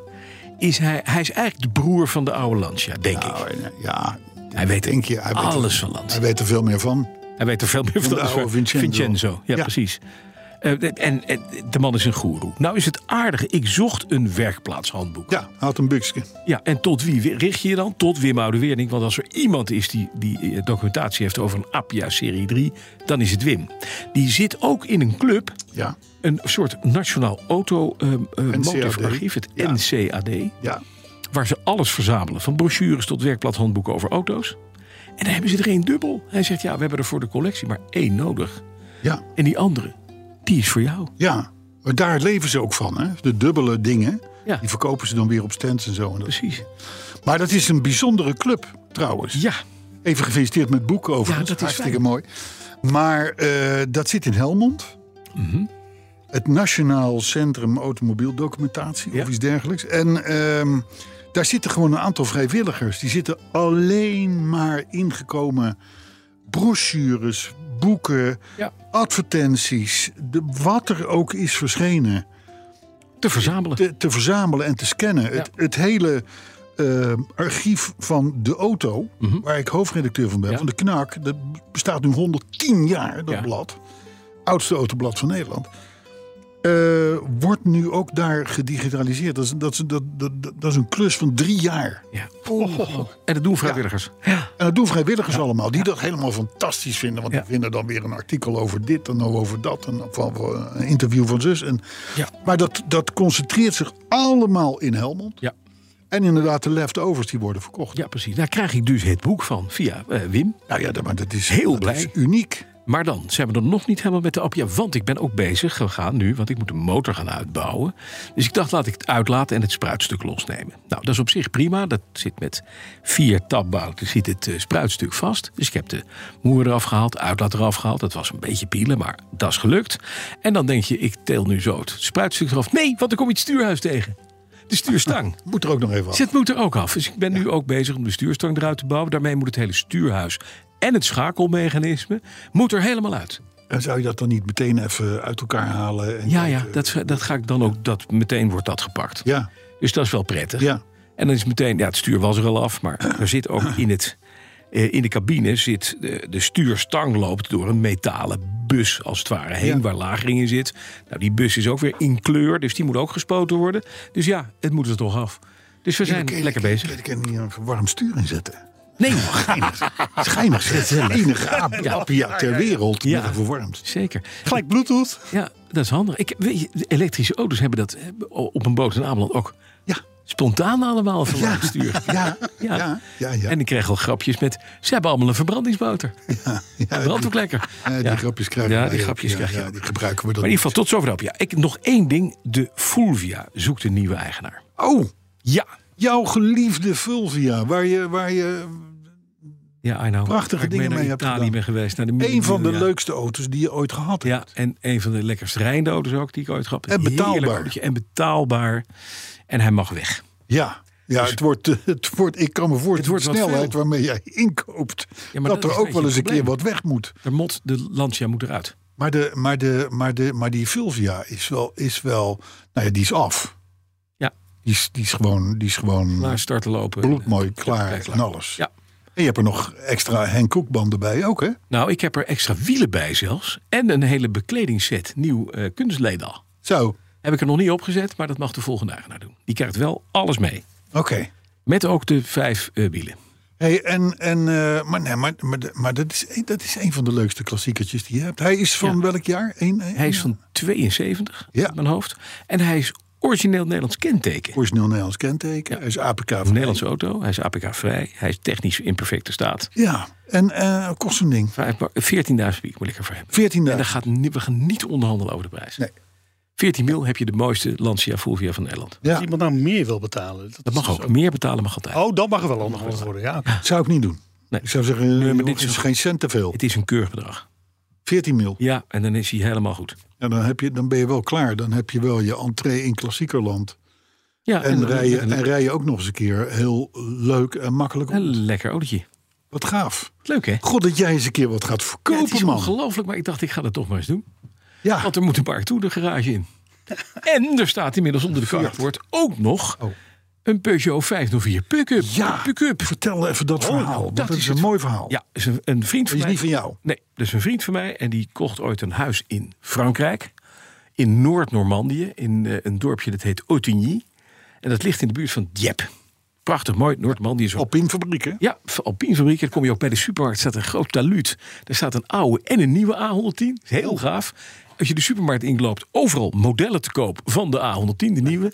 D: Is hij, hij is eigenlijk de broer van de oude Lancia, denk ik.
C: Nou, en, eh, ja,
D: Hij weet
C: denk je, hij weet-
D: alles van Lancia.
C: hij weet er veel meer van.
D: Hij weet er veel meer
C: de
D: van dan
C: oude
D: Vincenzo.
C: Vincenzo.
D: Ja,
C: Ja.
D: precies. Eh, en, en de man is een goeroe. Nou is het aardige, ik zocht een werkplaatshandboek.
C: Ja, had een buksje.
D: Ja, en tot wie richt je je dan? Tot Wim Oudewerning. Want als er iemand is die, die eh, documentatie heeft over een Appia Serie 3, dan is het Wim. Die zit ook in een club,
C: Ja,
D: een soort nationaal auto eh, eh, motive archief, het
C: Ja.
D: NCAD.
C: ja.
D: Waar ze alles verzamelen, van brochures tot werkbladhandboeken over auto's. En dan hebben ze er één dubbel. Hij zegt, ja, we hebben er voor de collectie maar één nodig.
C: ja.
D: En die andere, die is voor jou.
C: Ja, maar daar leven ze ook van, hè? De dubbele dingen.
D: Ja.
C: Die verkopen ze dan weer op stands en zo. En dat-
D: Precies.
C: Maar dat is een bijzondere club, trouwens.
D: Ja,
C: Even gefeliciteerd met het boek over.
D: Ja, dat is
C: hartstikke mooi. Maar eh, dat zit in Helmond.
D: Mhm.
C: Het Nationaal Centrum Automobieldocumentatie
D: Ja.
C: of iets dergelijks. En ehm, daar zitten gewoon een aantal vrijwilligers. Die zitten alleen maar ingekomen brochures, boeken,
D: Ja.
C: advertenties. De, wat er ook is verschenen
D: te verzamelen.
C: te, te verzamelen en te scannen. Het, het hele eh, archief van de auto, waar ik hoofdredacteur van ben,
D: Mhm. Ja.
C: van de KNAK, dat bestaat nu 110 jaar, dat
D: Ja.
C: blad. Oudste autoblad van Nederland. eh, wordt nu ook daar gedigitaliseerd. Dat is, dat, is, dat, dat, dat- dat is een klus van drie jaar.
D: Ja. En dat doen vrijwilligers. Ja.
C: En dat doen vrijwilligers allemaal, die dat helemaal fantastisch vinden. Want
D: Ja.
C: die vinden dan weer een artikel over dit en over dat. En van, van een interview van zus. En,
D: Ja.
C: Maar dat, dat concentreert zich allemaal in Helmond.
D: ja.
C: En inderdaad, de leftovers die worden verkocht.
D: Ja, precies. Daar krijg ik dus het boek van via eh, Wim.
C: Nou ja, dat- maar dat is
D: Heel
C: dat
D: blij.
C: is uniek.
D: Maar dan zijn we er nog niet helemaal met de Appia. Want ik ben ook bezig gegaan nu, want ik moet een motor gaan uitbouwen. Dus ik dacht, laat ik het uitlaten en het spruitstuk losnemen. Nou, dat is op zich prima. Dat zit met vier tabbouten zit het eh, spruitstuk vast. Dus ik heb de moer eraf gehaald, uitlaat eraf gehaald. Dat was een beetje pielen, maar dat is gelukt. En dan denk je, ik tel nu zo het spruitstuk eraf. Nee, want er komt iets stuurhuis tegen. De stuurstang.
C: Moet er ook nog even af.
D: Zit moet er ook af. Dus ik ben nu ook bezig om de stuurstang eruit te bouwen. Daarmee moet het hele stuurhuis en het schakelmechanisme moet er helemaal uit.
C: En zou je dat dan niet meteen even uit elkaar halen? En
D: Ja, ja,
C: kijken?
D: dat, dat ga ik dan ook. Dat, meteen wordt dat gepakt.
C: eh, Ja,
D: Dus dat is wel prettig.
C: ja.
D: En dan is meteen, ja, het stuur was er al af, maar er zit ook in het. eh, In de cabine zit de, de stuurstang loopt door een metalen bus als het ware heen,
C: Ja.
D: waar lagering in zit. Nou, die bus is ook weer in kleur, dus die moet ook gespoten worden. Dus ja, het moet er toch af. Dus we zijn
C: Ik- ik-
D: lekker
C: ik-
D: bezig.
C: Ik kan hier een warm stuur in zetten.
D: Nee,
C: Schijnig. Schijnig. zeg. Enige ap- appia ter wereld
D: Ja.
C: met een verwarmd.
D: zeker.
E: Gelijk Bluetooth.
D: Ja, dat is handig. Ik, weet je, de elektrische auto's hebben dat eh, op een boot in Ameland ook
C: Ja.
D: spontaan allemaal van ja. stuur.
C: Ja, ja, ja. ja,
D: En ik kreeg al grapjes met, ze hebben allemaal een verbrandingsmotor.
C: Ja,
D: Dat
C: die-
D: brandt ook lekker.
C: eh, die
D: Ja.
C: grapjes krijgen
D: Ja,
C: wij
D: die
C: ook.
D: grapjes
C: Ja,
D: krijg je
C: ja,
D: ook.
C: die gebruiken we dan
D: Maar in ieder geval,
C: niet.
D: tot zover op. Ja, ik, nog één ding. De Fulvia zoekt een nieuwe eigenaar.
C: Oh,
D: Ja.
C: jouw geliefde Fulvia, waar je, waar je
D: Ja, I know.
C: Prachtige
D: Waar ik
C: dingen
D: mee
C: mee
D: naar
C: hebt
D: Italië
C: gedaan.
D: ben geweest. Naar de Mini
C: een van de
D: Mini, ja.
C: leukste auto's die je ooit gehad hebt.
D: Ja, en een van de lekkerste rijndoden ook die ik ooit gehad heb.
C: En betaalbaar.
D: Heerlijk autootje En betaalbaar. En hij mag weg.
C: Ja, ja het, wordt, eh, het wordt, ik kan me voorstellen,
D: wordt
C: de
D: wat
C: snelheid
D: veel.
C: waarmee jij inkoopt,
D: Ja, maar
C: dat,
D: dat is
C: er
D: een
C: ook wel eens een
D: beetje
C: keer
D: het
C: wat weg moet.
D: De mot, de Lancia moet eruit.
C: Maar, de, maar, de, maar, de, maar die Fulvia is wel, is wel, nou ja, die is af.
D: Ja.
C: Die is, die is gewoon, die is gewoon
D: Klaar starten lopen.
C: bloedmooi klaar
D: ja, klaar.
C: en alles.
D: Ja.
C: En je hebt er nog extra Henk Koekbanden bij ook, hè?
D: Nou, ik heb er extra wielen bij zelfs. En een hele bekledingsset. Nieuw eh kunstledal.
C: Zo,
D: Heb ik er nog niet opgezet, maar dat mag de volgende eigenaar doen. Die krijgt wel alles mee.
C: oké.
D: Met ook de vijf eh, wielen.
C: Hey, en, en, eh, maar nee, maar, maar, maar dat, is, een- dat is een van de leukste klassiekertjes die je hebt. Hij is van
D: Ja.
C: welk jaar? Eén, één-
D: Hij is van 72
C: Ja.
D: uit mijn hoofd. En hij is origineel Nederlands kenteken.
C: Origineel Nederlands kenteken. Hij is APK van
D: Een Nederlandse auto. Hij is APK-vrij. Hij is technisch in perfecte staat.
C: Ja, en eh, kost een ding.
D: Vijf- 14.000 piek moet ik ervoor hebben.
C: 14
D: En daar gaat, ni- we gaan niet onderhandelen over de prijs.
C: Nee.
D: 14 mil heb je de mooiste Lancia Fulvia van Nederland.
E: Als
C: Ja,
E: iemand nou meer wil betalen. Dat,
D: Dat
E: is
D: mag
E: dus
D: ook. Meer betalen mag altijd.
E: Oh, dat mag er wel onderhandeld worden, ja.
C: zou ik niet doen.
D: Nee.
C: Ik zou zeggen, eh,
D: maar dit
C: jongens,
D: is-
C: is geen cent te veel.
D: Het is een keurbedrag.
C: 14 mil.
D: Ja, en dan is hij helemaal goed.
C: Ja, dan, heb je, dan ben je wel klaar. Dan heb je wel je entree in klassiekerland.
D: Ja,
C: En,
D: dan-
C: rij, je,
D: met
C: en
D: een,
C: rij je ook nog eens een keer heel leuk en makkelijk.
D: een
C: rond.
D: lekker autootje.
C: Wat gaaf.
D: Leuk, hè?
C: God, dat jij eens een keer wat gaat
D: Ja,
C: verkopen,
D: het is
C: man. Ah.
D: ongelooflijk, maar ik dacht, ik ga dat toch maar eens doen.
C: Ja,
D: Want er moet een paar toe de garage in. En er staat inmiddels onder de
C: Fiat.
D: carport ook nog
C: Oh.
D: een Peugeot 504 pick-up.
C: ja.
D: pick-up.
C: vertel even dat verhaal. want
D: Oh, nou, dat
C: dat,
D: is
C: is
D: het
C: een mooi verhaal.
D: Ja, is een, een vriend
C: Die
D: van
C: is
D: mij.
C: niet van jou.
D: Nee, dat is een vriend van mij en die kocht ooit een huis in Frankrijk. in Noord-Normandië, in eh, een dorpje dat heet Otigny. En dat ligt in de buurt van Dieppe. Prachtig mooi, Noord-Normandië is ook
C: Op in fabrieken.
D: ja, Alpinefabriek. Dan kom je ook bij de supermarkt. staat een groot taluut. Daar staat een oude en een nieuwe A110. Is heel gaaf. Als je de supermarkt inloopt, overal modellen te koop van de A110, de nieuwe.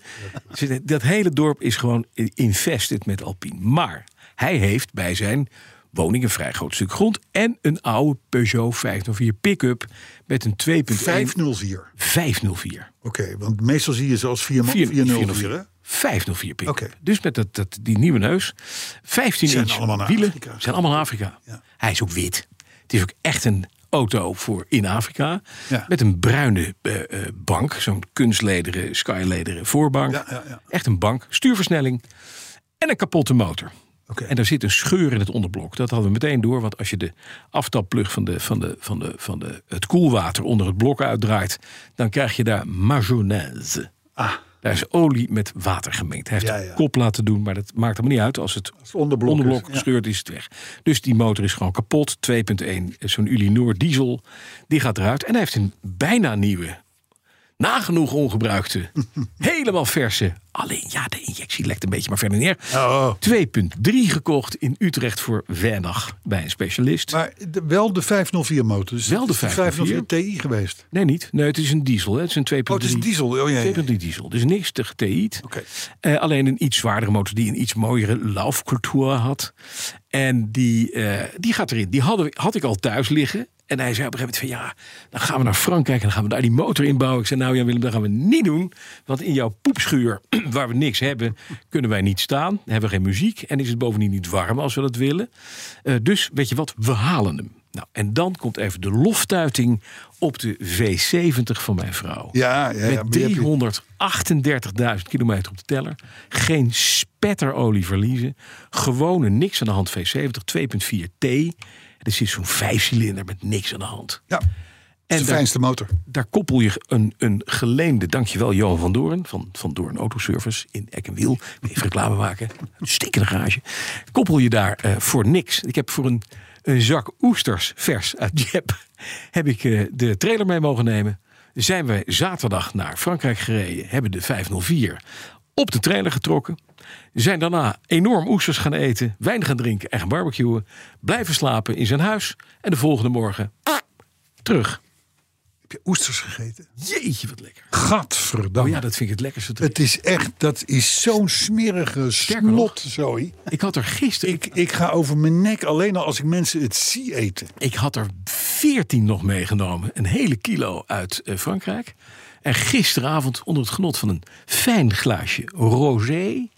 D: Dus het- Dat hele dorp is gewoon invested met Alpine. Maar hij heeft bij zijn woning een vrij groot stuk grond. En een oude Peugeot 504 pick-up met een 2.1
C: 504.
D: 504.
C: Oké, want meestal zie je zoals 4 man
D: 404.
C: 404. hè?
D: 504 pick
C: Oké.
D: Dus met dat, dat, die nieuwe neus. 15
C: Zijn
D: inch
C: allemaal naar
D: wielen.
C: Afrika.
D: Zijn allemaal naar Afrika.
C: Ja.
D: Hij is ook wit. Het is ook echt een auto voor in Afrika.
C: Ja.
D: Met een bruine eh, eh, bank. Zo'n kunstlederen, skylederen eh, voorbank.
C: Ja, ja, ja.
D: Echt een bank. Stuurversnelling. En een kapotte motor.
C: Oké.
D: En daar zit een scheur in het onderblok. Dat hadden we meteen door. Want als je de aftapplug van, de, van, de, van, de, van de, het koelwater onder het blok uitdraait. dan krijg je daar mayonaise.
C: Ah,
D: Daar is olie met water gemengd. Hij heeft
C: Ja,
D: een
C: ja.
D: kop laten doen, maar dat maakt helemaal niet uit. Als het
C: het onderblok is,
D: onderblok
C: ja.
D: gescheurd is, het weg. Dus die motor is gewoon kapot. 2.1, zo'n Ulinor diesel, die gaat eruit. En hij heeft een bijna nieuwe, nagenoeg ongebruikte, helemaal verse. Alleen ja, de injectie lekt een beetje, maar verder neer.
C: Oh.
D: 2.3 gekocht in Utrecht voor weinig bij een specialist.
C: maar de- wel de 504 motor. Dus
D: Wel de
C: het is
D: 504
C: TI geweest.
D: Nee, niet. Nee, het is een diesel. Hè. Het is een 2.3.
C: Oh, het is een diesel. Oh, ja, ja.
D: 2.3 diesel. Dus niks te geteied.
C: Oké.
D: Eh, alleen een iets zwaardere motor die een iets mooiere laufcultuur had. En die, eh, die gaat erin. Die hadden, we- had ik al thuis liggen. En hij zei op een gegeven moment van ja, dan gaan we naar Frankrijk en dan gaan we daar die motor inbouwen. Ik zei nou Jan Willem, dat gaan we niet doen. Want in jouw poepschuur, waar we niks hebben, kunnen wij niet staan. Dan hebben we geen muziek en is het bovendien niet warm als we dat willen. Eh, dus weet je wat, we halen hem. Nou, en dan komt even de loftuiting op de V70 van mijn vrouw.
C: Ja, ja, ja.
D: Met
C: maar je hebt-
D: 338.000 kilometer op de teller. Geen spetterolie verliezen. Gewone niks aan de hand V70, 2.4 T. Er zit zo'n vijfcilinder met niks aan de hand.
C: Ja, en de
D: daar-
C: fijnste motor.
D: Daar koppel je een, een geleende, dankjewel Johan van Doorn... van, van Doorn Autoservice in Eck en Wiel. Even reclame maken. Een stinkende garage. Koppel je daar eh, voor niks. Ik heb voor een, een zak oesters vers uit Jep... heb ik eh, de trailer mee mogen nemen. Zijn we zaterdag naar Frankrijk gereden. Hebben de 504 op de trailer getrokken. Zijn daarna enorm oesters gaan eten. Wijn gaan drinken en gaan barbecuen. Blijven slapen in zijn huis. En de volgende morgen ah, terug.
C: Heb je oesters gegeten?
D: Jeetje, wat lekker.
C: Gadverdamme.
D: Oh ja, dat vind ik het lekkerste. terug.
C: Het is echt, dat is zo'n smerige
D: nog-
C: slot, zooi.
D: Ik had er gisteren, ik,
C: Ik, ik ga over mijn nek alleen al als ik mensen het zie eten.
D: ik had er 14 nog meegenomen. Een hele kilo uit eh, Frankrijk. En gisteravond onder het genot van een fijn glaasje rosé.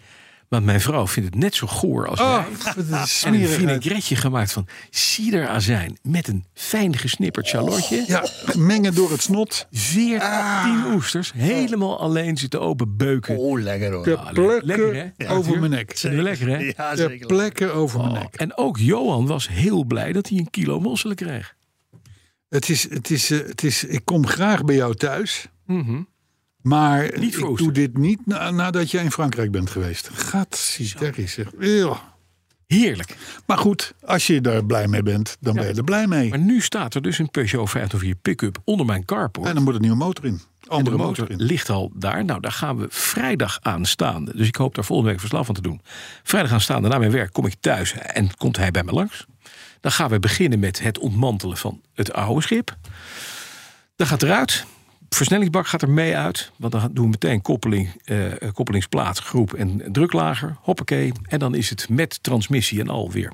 D: Want mijn vrouw vindt het net zo goor als
C: Oh, eh,
D: mij.
C: wat een
D: Ah. En een
C: smerigheid.
D: vinaigretje gemaakt van ciderazijn met een fijn gesnipperd shallotje.
C: Ja, mengen door het snot.
D: 14 oesters, helemaal alleen zitten open beuken.
F: Oh, lekker hoor.
C: De
D: le-
C: plekken
D: lekker, hè?
C: over
D: Ja, Oh.
C: mijn nek.
D: Vinden we lekker, hè?
F: Ja,
C: De
F: zeker.
C: plekken over mijn nek.
D: En ook Johan was heel blij dat hij een kilo mosselen kreeg.
C: Het is, het is, eh, het is, ik kom graag bij jou thuis. Maar
D: Mhm. Niet voor
C: ik doe
D: oesters.
C: dit niet na- nadat jij in Frankrijk bent geweest. Gaat zeg. Ja.
D: Heerlijk.
C: Maar goed, als je daar blij mee bent, dan ben je er blij mee.
D: Maar nu staat er dus een Peugeot 504 pick-up onder mijn carport.
C: En dan moet een nieuwe motor in.
D: En de
C: Andere motor,
D: motor
C: in.
D: ligt al daar. Nou, daar gaan we vrijdag aanstaande. Dus ik hoop daar volgende week verslag van te doen. Vrijdag aanstaande na mijn werk kom ik thuis en komt hij bij me langs. Dan gaan we beginnen met het ontmantelen van het oude schip. Dat gaat eruit. Versnellingsbak gaat er mee uit. Want dan doen we meteen koppeling, eh, koppelingsplaat, groep en druklager. Hoppakee. En dan is het met transmissie en alweer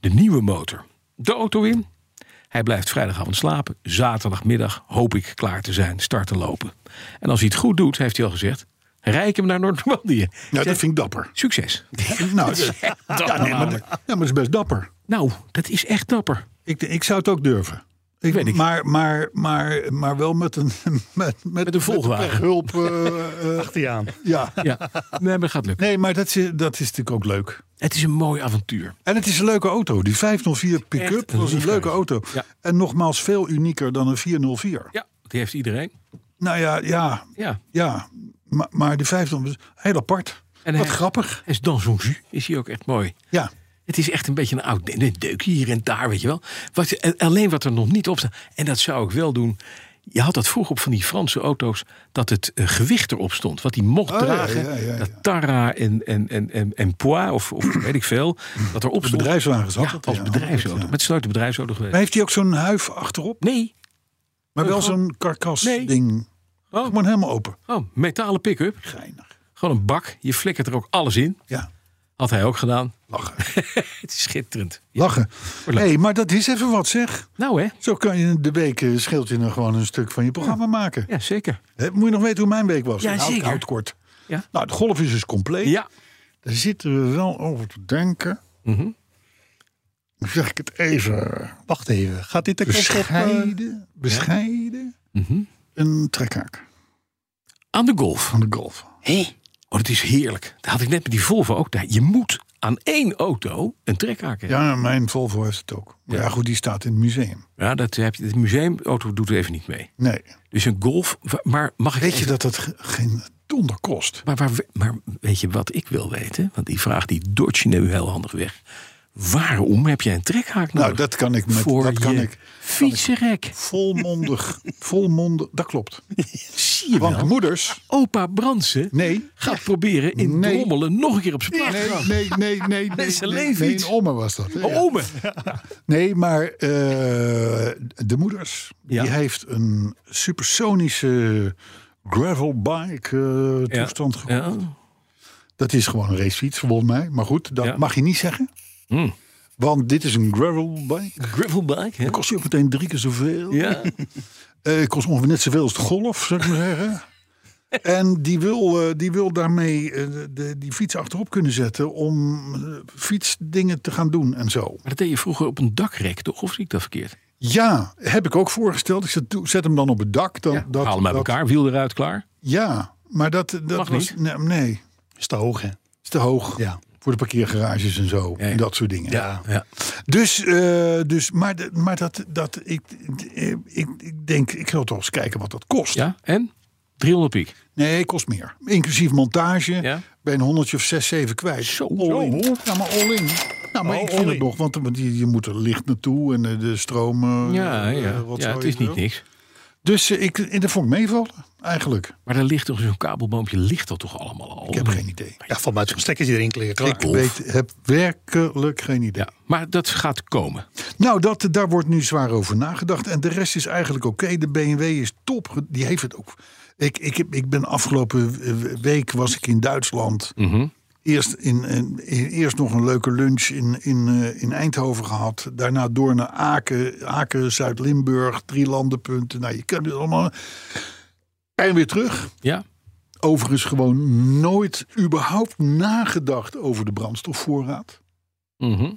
D: de nieuwe motor de auto in. Hij blijft vrijdagavond slapen. Zaterdagmiddag hoop ik klaar te zijn, starten lopen. En als hij het goed doet, heeft hij al gezegd... rijk hem naar Noord-Normandië.
C: Nou, dat vind ik dapper.
D: Succes.
C: Nou, ja, nee, maar, ja, maar dat is best dapper.
D: Nou, dat is echt dapper.
C: Ik, ik zou het ook durven. Ik,
D: Weet ik.
C: Maar, maar, maar, maar wel met een, met, met,
D: volwagen.
C: hulp. eh, eh,
E: Achter je aan.
C: ja.
D: Ja, nee, maar dat gaat lukken.
C: Nee, maar dat is, dat is natuurlijk ook leuk.
D: Het is een mooi avontuur.
C: En het is een leuke auto. Die 504
D: Echt
C: pick-up
D: een
C: was een
D: liefhebber.
C: leuke auto.
D: Ja.
C: En nogmaals veel unieker dan een 404.
D: Ja, die heeft iedereen.
C: Nou ja, ja,
D: Ja.
C: ja. Maar, maar die 504 is heel apart.
D: En
C: Wat
D: hij-
C: grappig.
D: En dans son jus is hij ook echt mooi.
C: Ja.
D: Het is echt een beetje een oud een deukje hier en daar, weet je wel. Wat, en alleen wat er nog niet op staat. En dat zou ik wel doen. Je had dat vroeg op van die Franse auto's, dat het eh, gewicht erop stond. Wat die mocht
C: Oh, ja,
D: dragen.
C: ja, ja, ja.
D: Dat Tara en, en, en, en, en Pois, of, of weet ik veel, dat erop
C: De
D: stond.
C: bedrijfswagens had
D: Ja,
C: dat,
D: als
C: ja.
D: bedrijfsauto.
C: Ja.
D: Maar het is nooit een bedrijfsauto
C: Maar
D: geweest.
C: heeft hij ook zo'n huif achterop?
D: Nee.
C: Maar wel
D: Eh,
C: zo'n karkas
D: Nee.
C: ding.
D: Oh.
C: Gewoon helemaal open.
D: Oh, metalen pick-up.
C: Geinig.
D: Gewoon een bak. Je flikkert er ook alles in.
C: Ja,
D: Had hij ook gedaan.
C: lachen.
D: Het is schitterend.
C: lachen.
D: leuk.
C: hey, maar dat is even wat zeg.
D: Nou hè?
C: Zo kan je de week, eh, scheelt je dan gewoon een stuk van je programma maken.
D: Ja, zeker.
C: Hè, Moet je nog weten hoe mijn week was?
D: Ja,
C: Nou,
D: zeker.
C: Koud, kort.
D: Ja.
C: Nou, de golf is dus compleet.
D: Ja.
C: Daar zitten we wel over te denken.
D: Mhm.
C: Dan zeg ik het even.
E: Wacht even. Gaat dit de kant op? eh,
C: Bescheiden, bescheiden.
D: Mhm.
C: Een trekhaak
D: Aan de golf.
C: van de golf.
D: Oh, dat is heerlijk. Dat had ik net met die Volvo ook. Daar- Je moet aan één auto een trekhaak hebben.
C: Ja, mijn Volvo heeft het ook. Maar
D: Ja.
C: ja. goed, die staat in het museum.
D: Ja. dat heb je. Het museumauto doet er even niet mee.
C: Nee.
D: Dus een Golf. wa- Maar mag ik
C: Weet je
D: even-
C: dat dat ge- geen donder kost?
D: Maar, waar we- maar weet je wat ik wil weten? Want die vraag die dodge je nu heel handig weg. Waarom heb jij een trekhaak nodig?
C: Nou, dat kan ik met
D: voor
C: dat kan
D: je
C: ik
D: fietsenrek.
C: volmondig, volmondig. Dat klopt.
D: Zie je nou?
C: Want
D: wel?
C: moeders,
D: Opa Bransen
C: nee,
D: gaat proberen in
C: Nee.
D: Drommelen nog een keer op zijn plaats te
C: Nee,
D: gaan.
C: nee, nee, nee.
D: Dat is
C: nee,
D: een
C: nee,
D: leeffiets.
C: nee, een omme was dat. hè?
D: Oh, ome.
C: Nee, maar eh, de moeders,
D: Ja.
C: die heeft een supersonische gravelbike eh
D: Ja.
C: toestand gekocht.
D: Ja.
C: Dat is gewoon een racefiets, volgens mij. Maar goed, dat
D: Ja.
C: mag je niet zeggen.
D: Hmm.
C: Want dit is een gravelbike.
D: Gravelbike, hè?
C: Dat kost je ook meteen drie keer zoveel.
D: Ja.
C: Eh, het kost ongeveer net zoveel als de golf, zou ik maar zeggen. En die wil, eh, die wil daarmee eh, de, die fiets achterop kunnen zetten om eh, fietsdingen te gaan doen en zo.
D: Maar dat deed je vroeger op een dakrek, toch? Of zie ik dat verkeerd?
C: Ja, heb ik ook voorgesteld. Ik zet, zet hem dan op het dak. Dan, dat,
D: Haal hem uit
C: dat-
D: elkaar, wiel eruit, klaar.
C: Ja, maar dat, dat
D: Mag
C: was.
D: niet.
C: Nee, nee,
E: Is te hoog, hè?
C: is te hoog.
E: Ja.
C: Voor de parkeergarages en zo.
D: Ja, ja.
C: En dat soort dingen.
E: Ja.
D: Ja.
C: Dus, eh, dus, maar de- maar dat, dat, ik, ik, ik denk, ik wil toch eens kijken wat dat kost.
D: ja? En? 300 piek.
C: Nee, kost meer. Inclusief montage.
D: Ja.
C: Ben een honderdje of zes, zeven kwijt.
D: Zo,
C: all
D: zo.
C: in. Nou, maar all in. Nou, maar
E: Oh,
C: ik
E: all
C: vind het
E: in.
C: nog, want want je, je moet er licht naartoe en eh, de stroom. eh,
D: Ja,
C: eh,
D: ja.
C: rotzooi
D: ja het is
C: en zo.
D: niet niks.
C: Dus eh, ik, en dat vond ik meevallen, eigenlijk.
D: Maar daar ligt toch zo'n kabelboompje, ligt dat toch allemaal al?
C: Ik heb geen idee.
E: Ja, van buiten zo'n stekkertje erin kleren.
C: Ik
E: Klaar.
C: weet, heb werkelijk geen idee.
D: Ja, maar dat gaat komen.
C: Nou, dat, daar wordt nu zwaar over nagedacht. En de rest is eigenlijk oké. De BMW is top. ge- Die heeft het ook. Ik, ik, heb- ik ben afgelopen eh, week was ik in Duitsland. Eerst, in, in- in- eerst nog een leuke lunch in, in, eh, in Eindhoven gehad. Daarna door naar Aken, Aken Zuid-Limburg, drie landenpunten. Nou, je kent het allemaal. En weer terug.
D: Ja.
C: Overigens gewoon nooit überhaupt nagedacht over de brandstofvoorraad.
D: Mhm.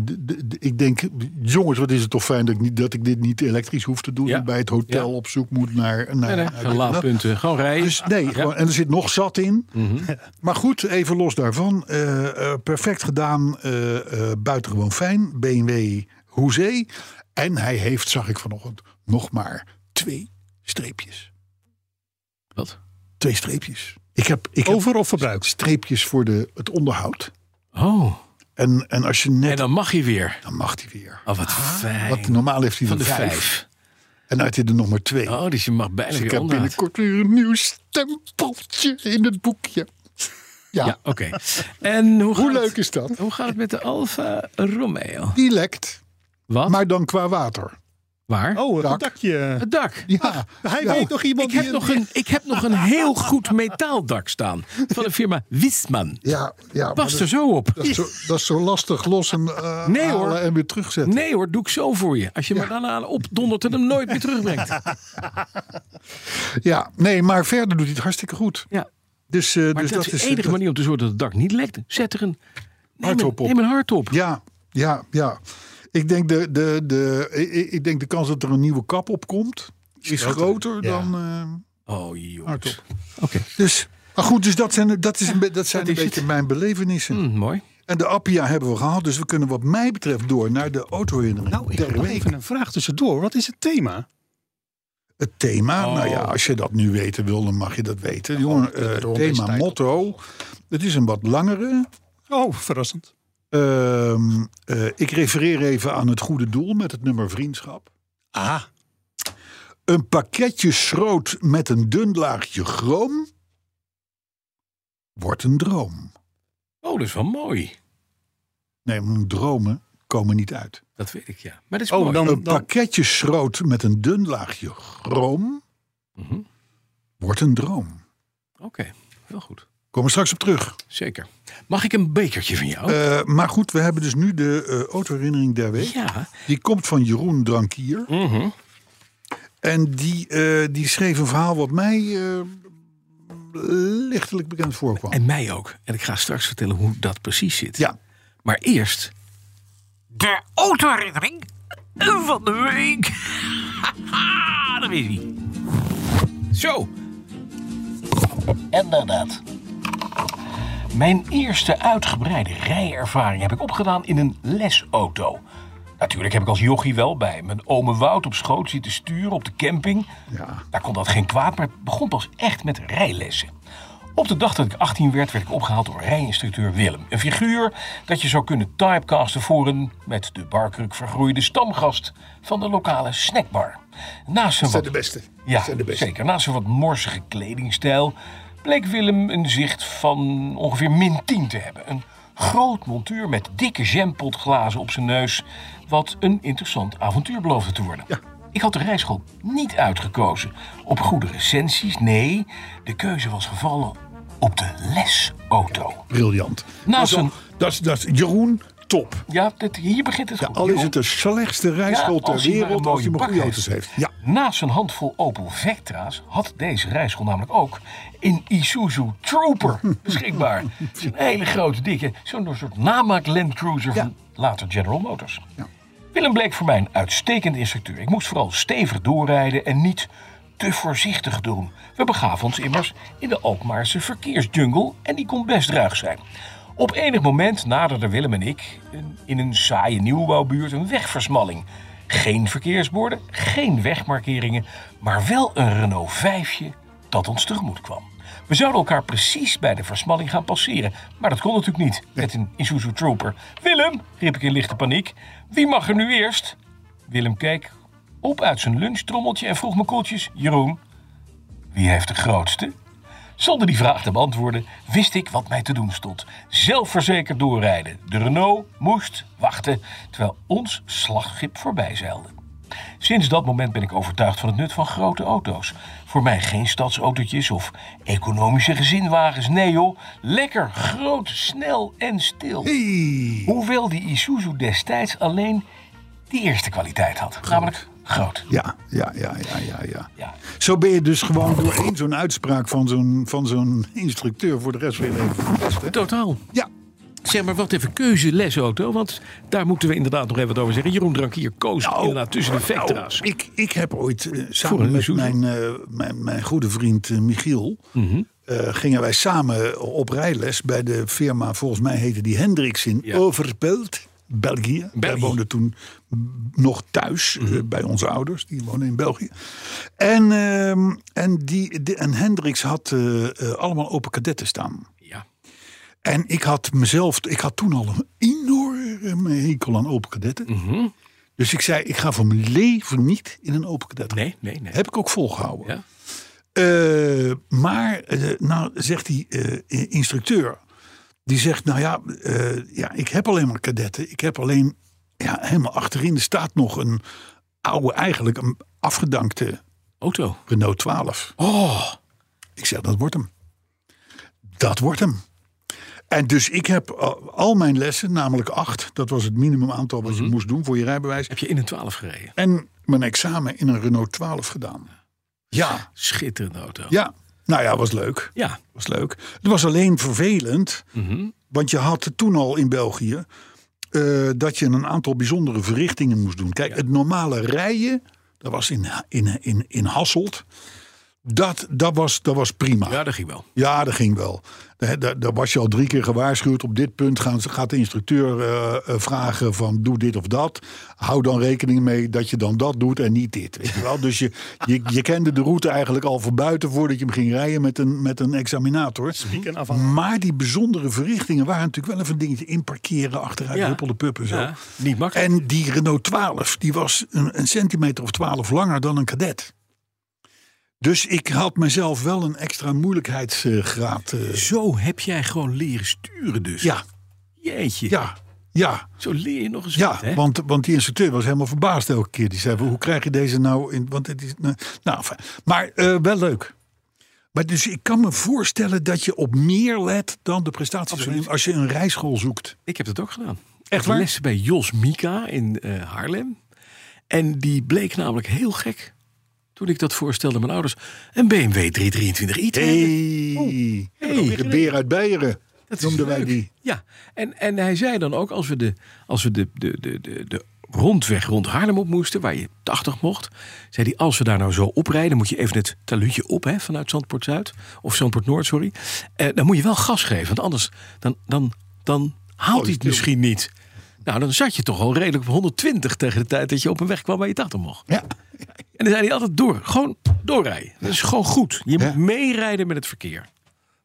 C: De- de- de- ik denk, jongens, wat is het toch fijn dat ik, niet, dat ik dit niet elektrisch hoef te doen.
D: Ja.
C: en Bij het hotel
D: Ja.
C: op zoek moet naar... naar,
D: Nee, nee.
C: naar-
D: Geen laadpunten, eh, gewoon rijden.
C: Dus nee, gewoon- en er zit nog zat in.
D: Mhm.
C: Maar goed, even los daarvan. eh, eh, perfect gedaan, eh, eh, buitengewoon fijn. BMW Hoezee. En hij heeft, zag ik vanochtend, nog maar twee streepjes.
D: Wat?
C: Twee streepjes. Ik heb, ik heb
E: Over of verbruikt?
C: streepjes voor de, het onderhoud.
D: Oh,
C: En, en als je net...
D: en dan mag je weer.
C: dan mag hij weer.
D: Oh, wat fijn.
C: Want normaal heeft hij
D: Van de
C: er Ah, vijf.
D: vijf.
C: En uit hij er nog maar twee.
D: Oh, dus je mag bijna
C: Dus ik
D: weer
C: heb
D: onderuit.
C: binnenkort weer een nieuw stempeltje in het boekje. Ja,
D: Ja, oké. En hoe,
C: hoe
D: gaat
C: leuk is dat?
D: het, hoe gaat het met de Alfa Romeo?
C: Die lekt,
D: Wat?
C: maar dan qua water.
D: Waar?
E: Oh,
C: Dak.
E: een dakje.
D: Het dak.
C: Ja,
E: Hij
C: ja.
E: weet nog iemand
D: Ik heb,
E: die...
D: nog een, ik heb nog een heel goed metaaldak staan. Van de firma Wisman.
C: Ja, ja maar
D: Pas
C: dat,
D: er zo op.
C: dat is zo, dat is zo lastig los en eh,
D: Nee,
C: halen
D: hoor.
C: en weer terugzetten.
D: Nee hoor, doe ik zo voor je. Als je maar daarna opdondert en hem nooit meer terugbrengt.
C: Ja, nee, maar verder doet hij het hartstikke goed.
D: Ja.
C: Dus, eh,
D: Maar
C: dus
D: dat, is de enige
C: dat-
D: manier om te zorgen dat het dak niet lekt. Zet er een... Neem een,
C: Hardtop op.
D: neem een hart op.
C: Ja, ja, ja. Ik denk de, de, de, ik- ik, ik denk de kans dat er een nieuwe kap op komt is groter
E: ja.
C: dan eh,
D: Oh jongens.
C: hardop.
D: Oké,
C: Dus, maar goed, dus dat zijn, dat is een, be- dat zijn
D: dat
C: een
D: is
C: beetje mijn belevenissen.
D: Hm, mooi.
C: En de Appia hebben we gehad, dus we kunnen wat mij betreft door naar de autoherinnering
E: Nou, ik
C: ter
E: heb nog
C: week.
E: even een vraag tussendoor. Wat is het thema?
C: Het thema,
D: Oh.
C: nou ja, als je dat nu weten wil, dan mag je dat weten. Jongen, eh,
E: daarom deze
C: thema
E: tijd.
C: motto, het is een wat langere.
E: Oh, verrassend.
C: Ehm, eh, ik refereer even aan het goede doel met het nummer vriendschap.
E: Ah,
C: Een pakketje schroot met een dun laagje chroom wordt een droom.
D: Oh, dat is wel mooi.
C: Nee, maar dromen komen niet uit.
D: Dat weet ik, ja. Maar dat is
E: Oh,
D: mooi.
E: dan-
C: Een pakketje schroot met een dun laagje chroom
D: Mhm.
C: wordt een droom.
D: Oké, wel goed.
C: Komen we straks op terug.
D: Zeker. Mag ik een bekertje van jou?
C: Eh, maar goed, we hebben dus nu de eh autoherinnering der week.
D: ja.
C: Die komt van Jeroen Drankier.
D: Mhm.
C: En die, eh, die schreef een verhaal wat mij eh, lichtelijk bekend voorkwam.
D: En mij ook. En ik ga straks vertellen hoe dat precies zit.
C: Ja,
D: Maar eerst... De autoherinnering van de week. dat is hij. Zo. Inderdaad. Mijn eerste uitgebreide rijervaring heb ik opgedaan in een lesauto. Natuurlijk heb ik als jochie wel bij mijn ome Wout op schoot zitten sturen op de camping.
C: Ja.
D: Daar kon dat geen kwaad, maar het begon pas echt met rijlessen. Op de dag dat ik 18 werd, werd ik opgehaald door rijinstructeur Willem. Een figuur dat je zou kunnen typecasten voor een met de barkruk vergroeide stamgast van de lokale snackbar. Naast een
F: zijn
D: wat
F: de beste.
D: ja,
F: Dat zijn de beste.
D: zeker. Naast een wat morsige kledingstijl bleek Willem een zicht van ongeveer min 10 te hebben. Een groot montuur met dikke jampotglazen op zijn neus, wat een interessant avontuur beloofde te worden. Ik had de rijschool niet uitgekozen op goede recensies. Nee, de keuze was gevallen op de lesauto.
C: briljant.
D: Naast een...
C: Dat is, dat is Jeroen, top.
D: Ja, dit, hier begint het goed.
C: Al is
D: Jeroen.
C: het de slechtste rijschool
D: Ja,
C: ter
D: als hij maar een
C: wereld als je
D: mooie
C: maar goede
D: bak
C: auto's heeft. Ja,
D: Naast een handvol Opel Vectra's had deze rijschool namelijk ook een Isuzu Trooper beschikbaar. Het is een hele grote, dikke, zo'n soort namaak Land Cruiser van later General Motors. Willem bleek voor mij een uitstekend instructeur. Ik moest vooral stevig doorrijden en niet te voorzichtig doen. We begaven ons immers in de Alkmaarse verkeersjungle en die kon best ruig zijn. Op enig moment naderden Willem en ik een- in een saaie nieuwbouwbuurt een wegversmalling. Geen verkeersborden, geen wegmarkeringen, maar wel een Renault 5 dat ons tegemoet kwam. We zouden elkaar precies bij de versmalling gaan passeren. Maar dat kon natuurlijk niet met een Isuzu Trooper. Willem, riep ik in lichte paniek. Wie mag er nu eerst? Willem keek op uit zijn lunchtrommeltje en vroeg me koeltjes... Jeroen, wie heeft de grootste? Zonder die vraag te beantwoorden wist ik wat mij te doen stond. Zelfverzekerd doorrijden. De Renault moest wachten terwijl ons slagschip voorbij zeilde. Sinds dat moment ben ik overtuigd van het nut van grote auto's. Voor mij geen stadsautootjes of economische gezinwagens. Nee joh, lekker, groot, snel en stil. Hoewel die Isuzu destijds alleen die eerste kwaliteit had. Namelijk groot.
C: ja, ja, ja, ja, ja. ja.
D: Ja.
C: Zo ben je dus gewoon door één zo'n uitspraak van zo'n, van zo'n instructeur voor de rest van je leven verpest, hè?
D: Totaal.
C: Ja,
D: Zeg maar, wat even keuze lesauto. Want daar moeten we inderdaad nog even wat over zeggen. Jeroen Drankier koos inderdaad tussen de Vectra's.
C: Nou, ik, ik heb ooit eh,
D: Voor
C: samen
D: een
C: met
D: Isuzu.
C: mijn, eh, mijn, mijn goede vriend eh, Michiel.
D: Mhm.
C: eh, gingen wij samen op rijles bij de firma, volgens mij heette die Hendricks in
D: Ja.
C: Overpelt, België. Wij
D: België. Mhm.
C: woonden toen nog thuis eh, bij onze ouders, die wonen in België. En, ehm, en, die, de- en Hendricks had eh, eh, allemaal open kadetten staan.
D: Ja.
C: En ik had mezelf, ik had toen al een enorme hekel aan open kadetten.
D: Mhm.
C: Dus ik zei, ik ga voor mijn leven niet in een open kadet.
D: Nee, nee, nee.
C: Heb ik ook volgehouden.
D: Ja.
C: Eh, maar, eh, nou zegt die eh, instructeur, die zegt, nou ja, eh, ja, ik heb alleen maar kadetten. Ik heb alleen, ja, helemaal achterin staat nog een oude, eigenlijk een afgedankte
D: Auto.
C: Renault 12.
D: Oh.
C: Ik zeg, dat wordt hem. Dat wordt hem. En dus ik heb eh, al mijn lessen, namelijk acht, dat was het minimum aantal wat je moest doen voor je rijbewijs.
D: Heb je in een 12 gereden?
C: En mijn examen in een Renault 12 gedaan. Ja,
D: Schitterende auto.
C: ja. Nou ja, was leuk.
D: Ja.
C: Was leuk. Het was alleen vervelend, want je had toen al in België eh, dat je een aantal bijzondere verrichtingen moest doen. Kijk, het normale rijden, dat was in, in, in, in Hasselt, dat, dat, was, dat was prima.
D: Ja, dat ging wel.
C: Ja, dat ging wel. Daar, daar- daar was je al drie keer gewaarschuwd. Op dit punt gaan, ze- gaat de instructeur eh, eh, vragen van doe dit of dat. Hou dan rekening mee dat je dan dat doet en niet dit. Weet je wel? Dus je, je, je kende de route eigenlijk al van buiten voordat je hem ging rijden met een, met een examinator.
E: en
C: Maar die bijzondere verrichtingen waren natuurlijk wel even een dingetje. Inparkeren, achteruit
D: Ja.
C: huppelde puppen zo.
D: Ja, niet makkelijk.
C: En die Renault 12, die was een, een centimeter of 12 langer dan een kadet. Dus ik had mezelf wel een extra moeilijkheidsgraad. eh,
D: Zo heb jij gewoon leren sturen dus.
C: ja,
D: Jeetje.
C: ja, ja.
D: Zo leer je nog eens
C: Ja,
D: wat, hè?
C: want, want die instructeur was helemaal verbaasd elke keer. Die zei, hoe krijg je deze nou in? Want het is, nou, enfin. maar eh, wel leuk. Maar dus ik kan me voorstellen dat je op meer let dan de prestaties. van iemand Als je een rijschool zoekt.
D: Ik heb dat ook gedaan. Echt
C: waar?
D: Lessen bij Jos Mika in eh, Haarlem. En die bleek namelijk heel gek. Toen ik dat voorstelde aan mijn ouders. Een BMW 323 i te hebben.
C: hey, de beer uit Beieren
D: Dat is
C: noemden wij
D: leuk.
C: die.
D: Ja, en, en hij zei dan ook als we, de, als we de, de, de, de, de rondweg rond Haarlem op moesten, waar je 80 mocht, zei hij als we daar nou zo oprijden, moet je even het taluutje op hè, vanuit Zandpoort Zuid, of Zandpoort Noord, sorry. Eh, dan moet je wel gas geven, want anders dan, dan, dan haalt hij het misschien niet. Nou, dan zat je toch al redelijk op 120 tegen de tijd dat je op een weg kwam waar je 80 mocht.
C: Ja.
D: En dan zei hij altijd door, gewoon doorrijden. Dat is gewoon goed. Je
C: Ja.
D: moet meerijden met het verkeer.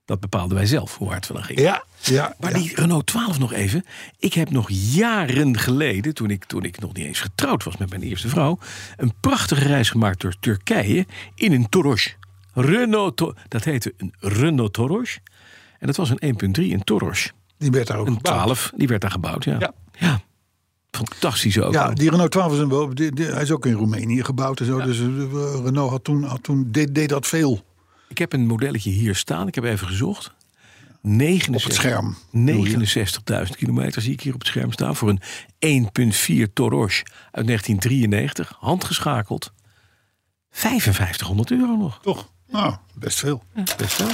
D: Dat bepaalden wij zelf, hoe hard we dan gingen.
C: Ja, ja,
D: Maar
C: ja.
D: die Renault 12 nog even. Ik heb nog jaren geleden, toen ik, toen ik nog niet eens getrouwd was met mijn eerste vrouw, een prachtige reis gemaakt door Turkije in een Toros. Renault, To- dat heette een Renault Toros. En dat was een 1.3 in Toros.
C: Die werd daar ook
D: Een
C: gebouwd.
D: 12, die werd daar gebouwd, ja.
C: Ja.
D: Ja, fantastisch ook.
C: Ja, die Renault 12 is, een, wel- die- die- hij is ook in Roemenië gebouwd en zo. Dus eh, Renault had toen, had toen, deed, deed dat veel op
D: Ik heb een modelletje hier staan, ik heb even gezocht. 69.
C: het scherm.
D: 69.000 kilometer zie ik hier op het scherm staan voor een 1.4 Toros uit 1993, handgeschakeld. 5500 euro nog.
C: Toch? Nou, best veel.
D: Best wel.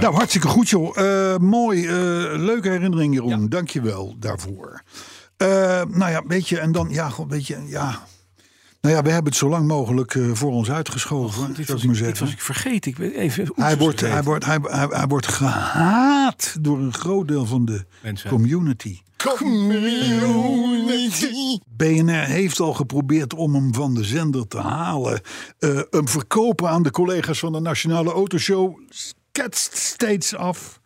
C: Nou, hartstikke goed joh. Eh, mooi, eh, leuke herinnering Jeroen. Dank je wel daarvoor. Eh, nou ja, weet je, en dan, ja, god, weet je, ja. Nou ja, we hebben het zo lang mogelijk eh, voor ons uitgeschoven,
D: Oh, Dit
C: zou
D: was,
C: ik maar
D: ik, dit
C: zeggen.
D: was ik vergeten. Ik ben even oeps,
C: Hij wordt, eh,
D: vergeten.
C: hij, wordt, hij, hij, hij wordt gehaat door een groot deel van de
D: Mensen.
C: community. BNR heeft al geprobeerd om hem van de zender te halen. Eh, hem verkopen aan de collega's van de Nationale Autoshow ketst steeds af.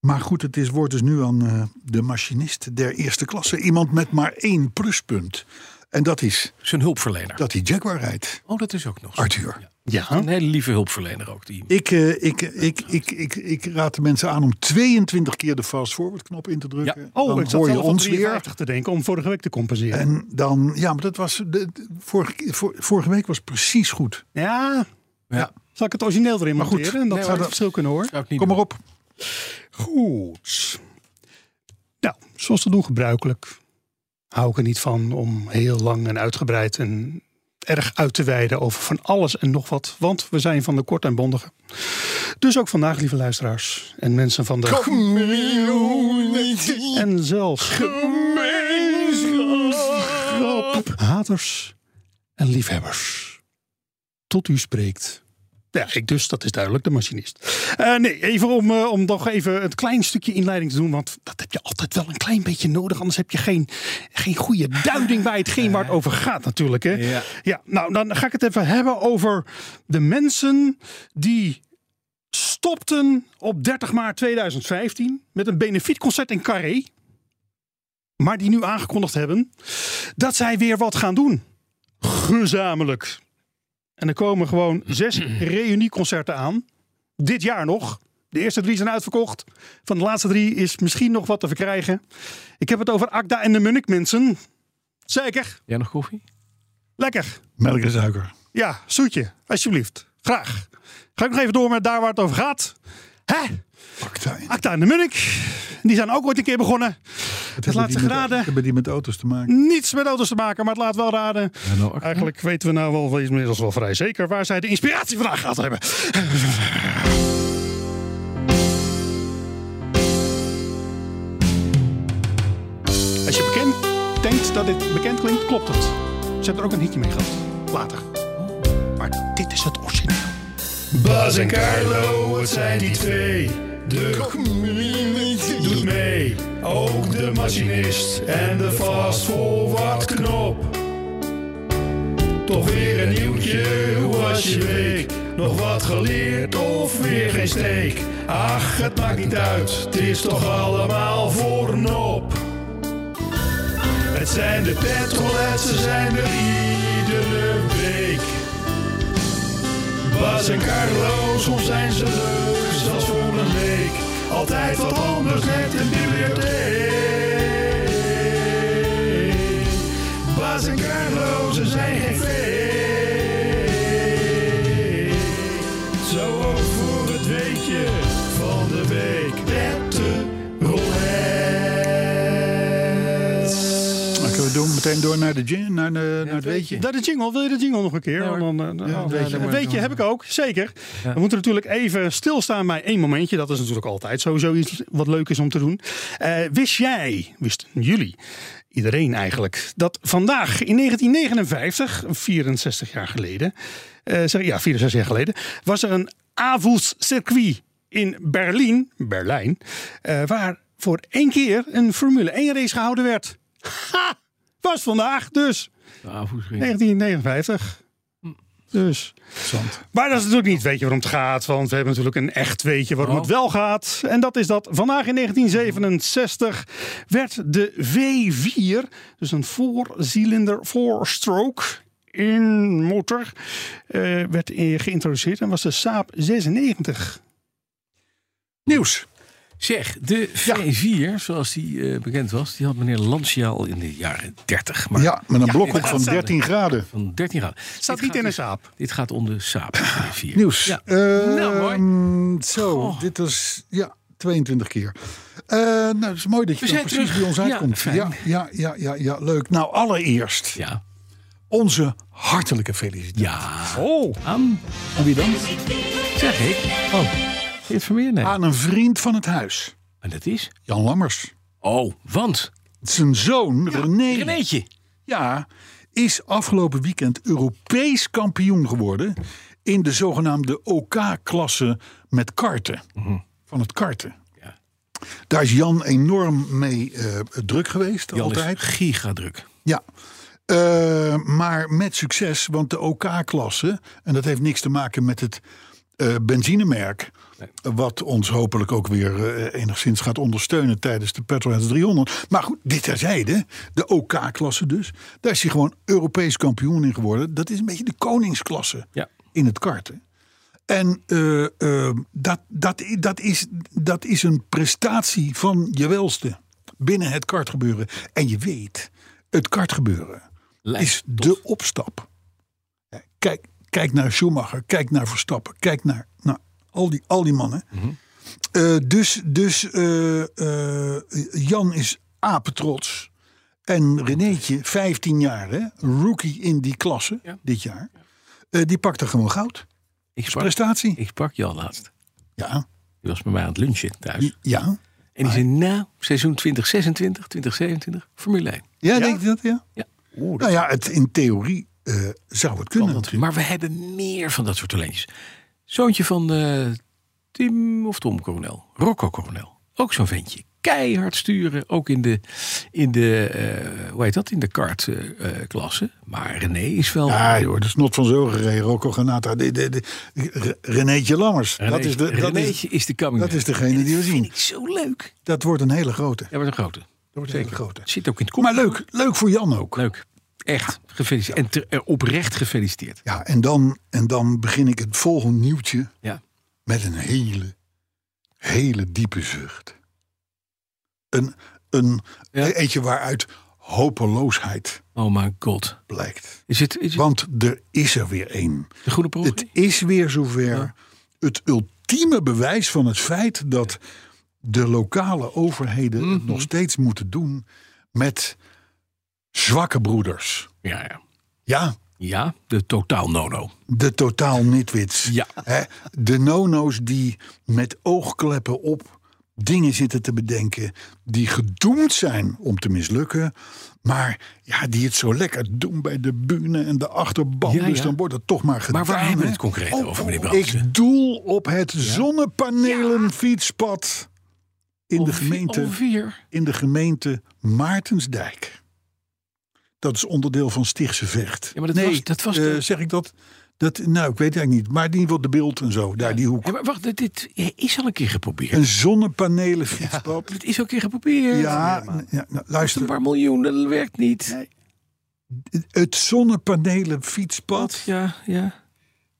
C: Maar goed, het is, wordt dus nu aan eh, de machinist der eerste klasse. Iemand met maar één pluspunt. En dat is
D: zijn hulpverlener.
C: dat hij Jaguar rijdt,
D: oh, dat is ook nog. zo.
C: Arthur.
E: Ja.
D: Een hele lieve hulpverlener ook. Die.
C: Ik, eh, ik, ik, ik, ik, ik raad de mensen aan om 22 keer de fast forward knop in te drukken.
D: Ja.
E: Oh,
C: dan
E: ik zat
C: hoor je
E: zelf aan
C: ons weer.
E: 53 te denken om vorige week te compenseren.
C: En dan, ja, maar dat was. De, de- vorige, keer- vor- vorige week was precies goed.
E: ja,
D: Ja.
E: zal ik het origineel erin
C: Maar goed,
E: monteren? En dat
C: nee,
E: zou
C: hoor.
E: het verschil kunnen hoor.
D: Zou ik niet
C: Kom maar
D: doen.
C: op.
E: Goed. Nou, zoals te doen gebruikelijk hou ik er niet van om heel lang en uitgebreid en erg uit te wijden over van alles en nog wat. Want we zijn van de kort en bondige. Dus ook vandaag, lieve luisteraars en mensen van de... En zelfs... Gemeenschap. Haters en liefhebbers. Tot u spreekt ja, ik dus, dat is duidelijk, de machinist. Eh, nee, even om, eh, om nog even het klein stukje inleiding te doen. Want dat heb je altijd wel een klein beetje nodig. Anders heb je geen, geen goede duiding bij hetgeen waar het over gaat natuurlijk. Hè?
D: Ja.
E: ja, nou dan ga ik het even hebben over de mensen die stopten op 30 maart 2015 met een benefietconcert in Carré. Maar die nu aangekondigd hebben dat zij weer wat gaan doen. Gezamenlijk. En er komen gewoon zes reunieconcerten aan. Dit jaar nog. De eerste drie zijn uitverkocht. Van de laatste drie is misschien nog wat te verkrijgen. Ik heb het over Akda en de Munnik, mensen. Zeker.
D: Jij nog koffie?
E: Lekker.
C: Melk en suiker.
E: Ja, zoetje. Alsjeblieft. Graag. Ga ik nog even door met daar waar het over gaat. Hè?
C: Acta in.
E: Akda en de Munnik. Die zijn ook ooit een keer begonnen.
C: Het
E: laat zich raden.
C: Hebben die met auto's te maken?
E: Niets met auto's te maken, maar het laat wel raden.
D: nou, Akda.
E: Eigenlijk weten we nou wel inmiddels wel vrij zeker waar zij de inspiratie vandaan gehad hebben. Als je bekend denkt dat dit bekend klinkt, klopt het. Ze hebben er ook een hitje mee gehad. Later. Maar dit is het origineel. Bas en Carlo, het zijn die twee. De community doet mee. Ook de machinist en de fast forward knop. Toch weer een nieuwtje, hoe was je week? Nog wat geleerd of weer geen steek? Ach, het maakt niet uit, het is toch allemaal voor een op. Het zijn de petrolheads, ze zijn er iedere week.
F: Sinterklaas en Carlo, soms zijn ze leuk, zelfs voor een week. Altijd wat anders net een bibliotheek. Baas en Carlo, ze zijn geen fake. Zo ook voor het weetje van de week. Bette Rolheads.
C: Dan kunnen we doen, meteen door naar, de, gin- naar, de, naar het weetje.
E: Dat is jingle. Wil je de jingle nog een keer? Want dan, eh, dan-
C: ja,
E: weet,
C: ja,
E: je,
C: maar-
E: weet je, heb ik ook. Zeker. We moeten natuurlijk even stilstaan bij één momentje. Dat is natuurlijk altijd sowieso iets wat leuk is om te doen. Eh, wist jij, wisten jullie, iedereen eigenlijk, dat vandaag in 1959, 64 jaar geleden, eh, zeg, ja, 64 jaar geleden, was er een avondcircuit in Berlijn, Berlijn eh, waar voor één keer een Formule 1 race gehouden werd. Ha! Was vandaag dus.
D: Ja, hoe ging het?
E: 1959. Dus. Maar dat is natuurlijk niet, weet je waarom het gaat. Want we hebben natuurlijk een echt weetje waarom het wel gaat. En dat is dat vandaag in 1967 werd de V4, dus een voorcilinder, voorstroke in motor, eh, werd eh, geïntroduceerd en was de Saab 96.
C: Nieuws.
D: Zeg, de V4, zoals die eh, bekend was, die had meneer Lancia al in de jaren 30. Maar
C: Ja, met een blokhoek
D: inderdaad,
C: van
D: staat er.
C: 13 graden.
D: Van 13 graden.
E: Staat
D: Dit
E: niet
D: gaat
E: in een
D: dus-
E: Saab.
D: Dit gaat om de Saab. V4.
C: Ah, Nieuws.
D: Ja.
C: Ehm,
D: Nou, mooi.
C: Zo,
D: Goh.
C: dit was ja, 22 keer. Eh, nou, het is mooi dat je
D: We
C: dan
D: zijn
C: precies
D: terug.
C: bij ons
D: Ja,
C: uitkomt. Ja,
D: fijn.
C: ja, ja, ja, ja, leuk. Nou, allereerst
D: Ja.
C: onze hartelijke felicitaties.
D: Ja.
E: Oh,
D: Aan,
C: En wie dan?
D: zeg ik. Oh. Informeer nee.
C: Aan een vriend van het huis,
D: En Ah, dat is?
C: Jan Lammers.
D: Oh, want.
C: Zijn zoon, René,
D: Renéetje.
C: Ja, is afgelopen weekend Europees kampioen geworden in de zogenaamde OK-klasse met karten. Van het karten.
D: Mhm. Ja.
C: Daar is Jan enorm mee eh, druk geweest,
D: Jan
C: altijd.
D: is gigadruk.
C: Ja. Eh, maar met succes, want de OK-klasse, en dat heeft niks te maken met het eh, benzinemerk, wat ons hopelijk ook weer eh, enigszins gaat ondersteunen tijdens de Petrolheads 300. Maar goed, dit terzijde, de OK-klasse dus, daar is hij gewoon Europees kampioen in geworden. Dat is een beetje de koningsklasse
D: Ja.
C: in het karten. En eh, eh, dat, dat, i- dat, is, dat is een prestatie van je welste binnen het kartgebeuren. En je weet, het kartgebeuren
D: Lijkt
C: is de opstap. Kijk, kijk naar Schumacher, kijk naar Verstappen, kijk naar nou, al, die, al die mannen. Eh, dus dus eh, eh, Jan is apetrots. En Renéetje, 15 jaar, hè, rookie in die klasse
D: Ja.
C: dit jaar. eh, die pakt er gewoon goud.
D: Ik sprak,
C: Prestatie.
D: ik sprak Jan laatst.
C: Ja,
D: Die was bij mij aan het lunchen thuis.
C: ja.
D: En die zei, nou, seizoen 2026, 2027, Formule 1.
C: Ja, denk je dat? Ja.
D: Ja.
C: Nou ja, het, in theorie eh, zou het kunnen. natuurlijk.
D: Maar we hebben meer van dat soort talentjes. Zoontje van eh, Tim of Tom Coronel, Rocco Coronel. Ook zo'n ventje. Keihard sturen, ook in de, in de eh, hoe heet dat, in de kart-klasse. maar René is wel...
C: Ja, joh, dat is not van zo gereden, Rocco Granata. De, de, de, Re- Renéetje Lammers.
D: René,
C: dat is de, dat
D: Renéetje
C: is,
D: is, de coming
C: dat
D: man.
C: is degene die we
D: Dat vind
C: zien.
D: ik zo leuk.
C: Dat wordt een hele grote.
D: Hij wordt een grote.
C: wordt een hele grote.
D: Het zit ook in het kop.
C: Maar leuk, leuk voor Jan ook.
D: Leuk. Echt. Gefeliciteerd. En ter- eh, oprecht gefeliciteerd.
C: Ja, en dan, en dan begin ik het volgende nieuwtje
D: Ja.
C: met een hele, hele diepe zucht. Een, een e-,
D: Ja.
C: eentje waaruit hopeloosheid
D: Oh my god.
C: blijkt.
D: Is het, is het
C: Want er is er weer één.
D: de groene proef?
C: Het is weer zover.
D: Ja.
C: Het ultieme bewijs van het feit dat de lokale overheden het nog steeds moeten doen met zwakke broeders.
D: Ja, ja.
C: Ja,
D: Ja, de totaal no-no.
C: de totaal nitwits.
D: Ja.
C: Hè, de nono's die met oogkleppen op dingen zitten te bedenken die gedoemd zijn om te mislukken, maar ja, die het zo lekker doen bij de bühne en de achterban.
D: Ja,
C: Dus
D: ja.
C: dan wordt het toch maar gedaan.
D: waar hebben
C: hè? Oh,
D: we het concreet over, meneer Brandsen?
C: Ik doel op het zonnepanelenfietspad in de
D: Ongeveer-
C: gemeente
D: Ongeveer.
C: in de gemeente Maartensdijk. Dat is onderdeel van Stichtse Vecht.
D: Ja, maar dat
C: nee,
D: was- dat was de-
C: eh, zeg ik dat? dat? Nou, ik weet eigenlijk niet. Maar in ieder geval de beeld en zo, daar die hoek.
D: Ja, maar wacht, dit, dit is al een keer geprobeerd.
C: Een zonnepanelenfietspad.
D: Het is al een keer
C: Ja,
D: geprobeerd.
C: n- ja, nou,
D: Kost een
C: luister.
D: paar miljoen, dat werkt niet.
C: Het zonnepanelenfietspad
D: Ja, ja.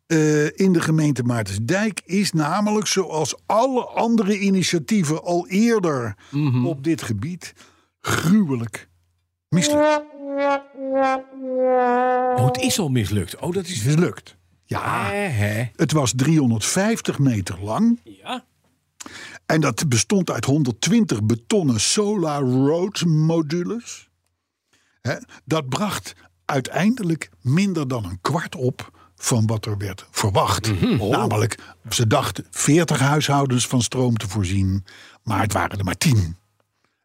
C: eh, eh, in de gemeente Maartensdijk is namelijk, zoals alle andere initiatieven al eerder
D: Mhm.
C: op dit gebied, gruwelijk mislukt.
D: Oh, het is al mislukt. Oh, dat is...
C: Mislukt. Ja,
D: Hè, hè.
C: het was 350 meter lang.
D: Ja.
C: En dat bestond uit 120 betonnen Solar Road modules. Hè, dat bracht uiteindelijk minder dan een kwart op van wat er werd verwacht. Namelijk, ze dachten 40 huishoudens van stroom te voorzien, maar het waren er maar 10.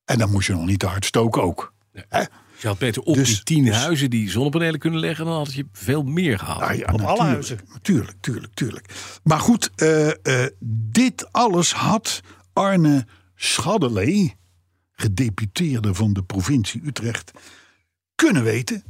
C: En dan moest je nog niet te hard stoken ook. Hè?
D: Je had beter op
C: Dus-
D: die tien
C: dus-
D: huizen die zonnepanelen kunnen leggen... dan had je veel meer gehaald.
C: Ah ja,
E: alle
C: natuurlijk.
E: huizen.
C: Tuurlijk, tuurlijk, tuurlijk. Maar goed, eh, eh, dit alles had Arne Schaddelee, gedeputeerde van de provincie Utrecht, kunnen weten.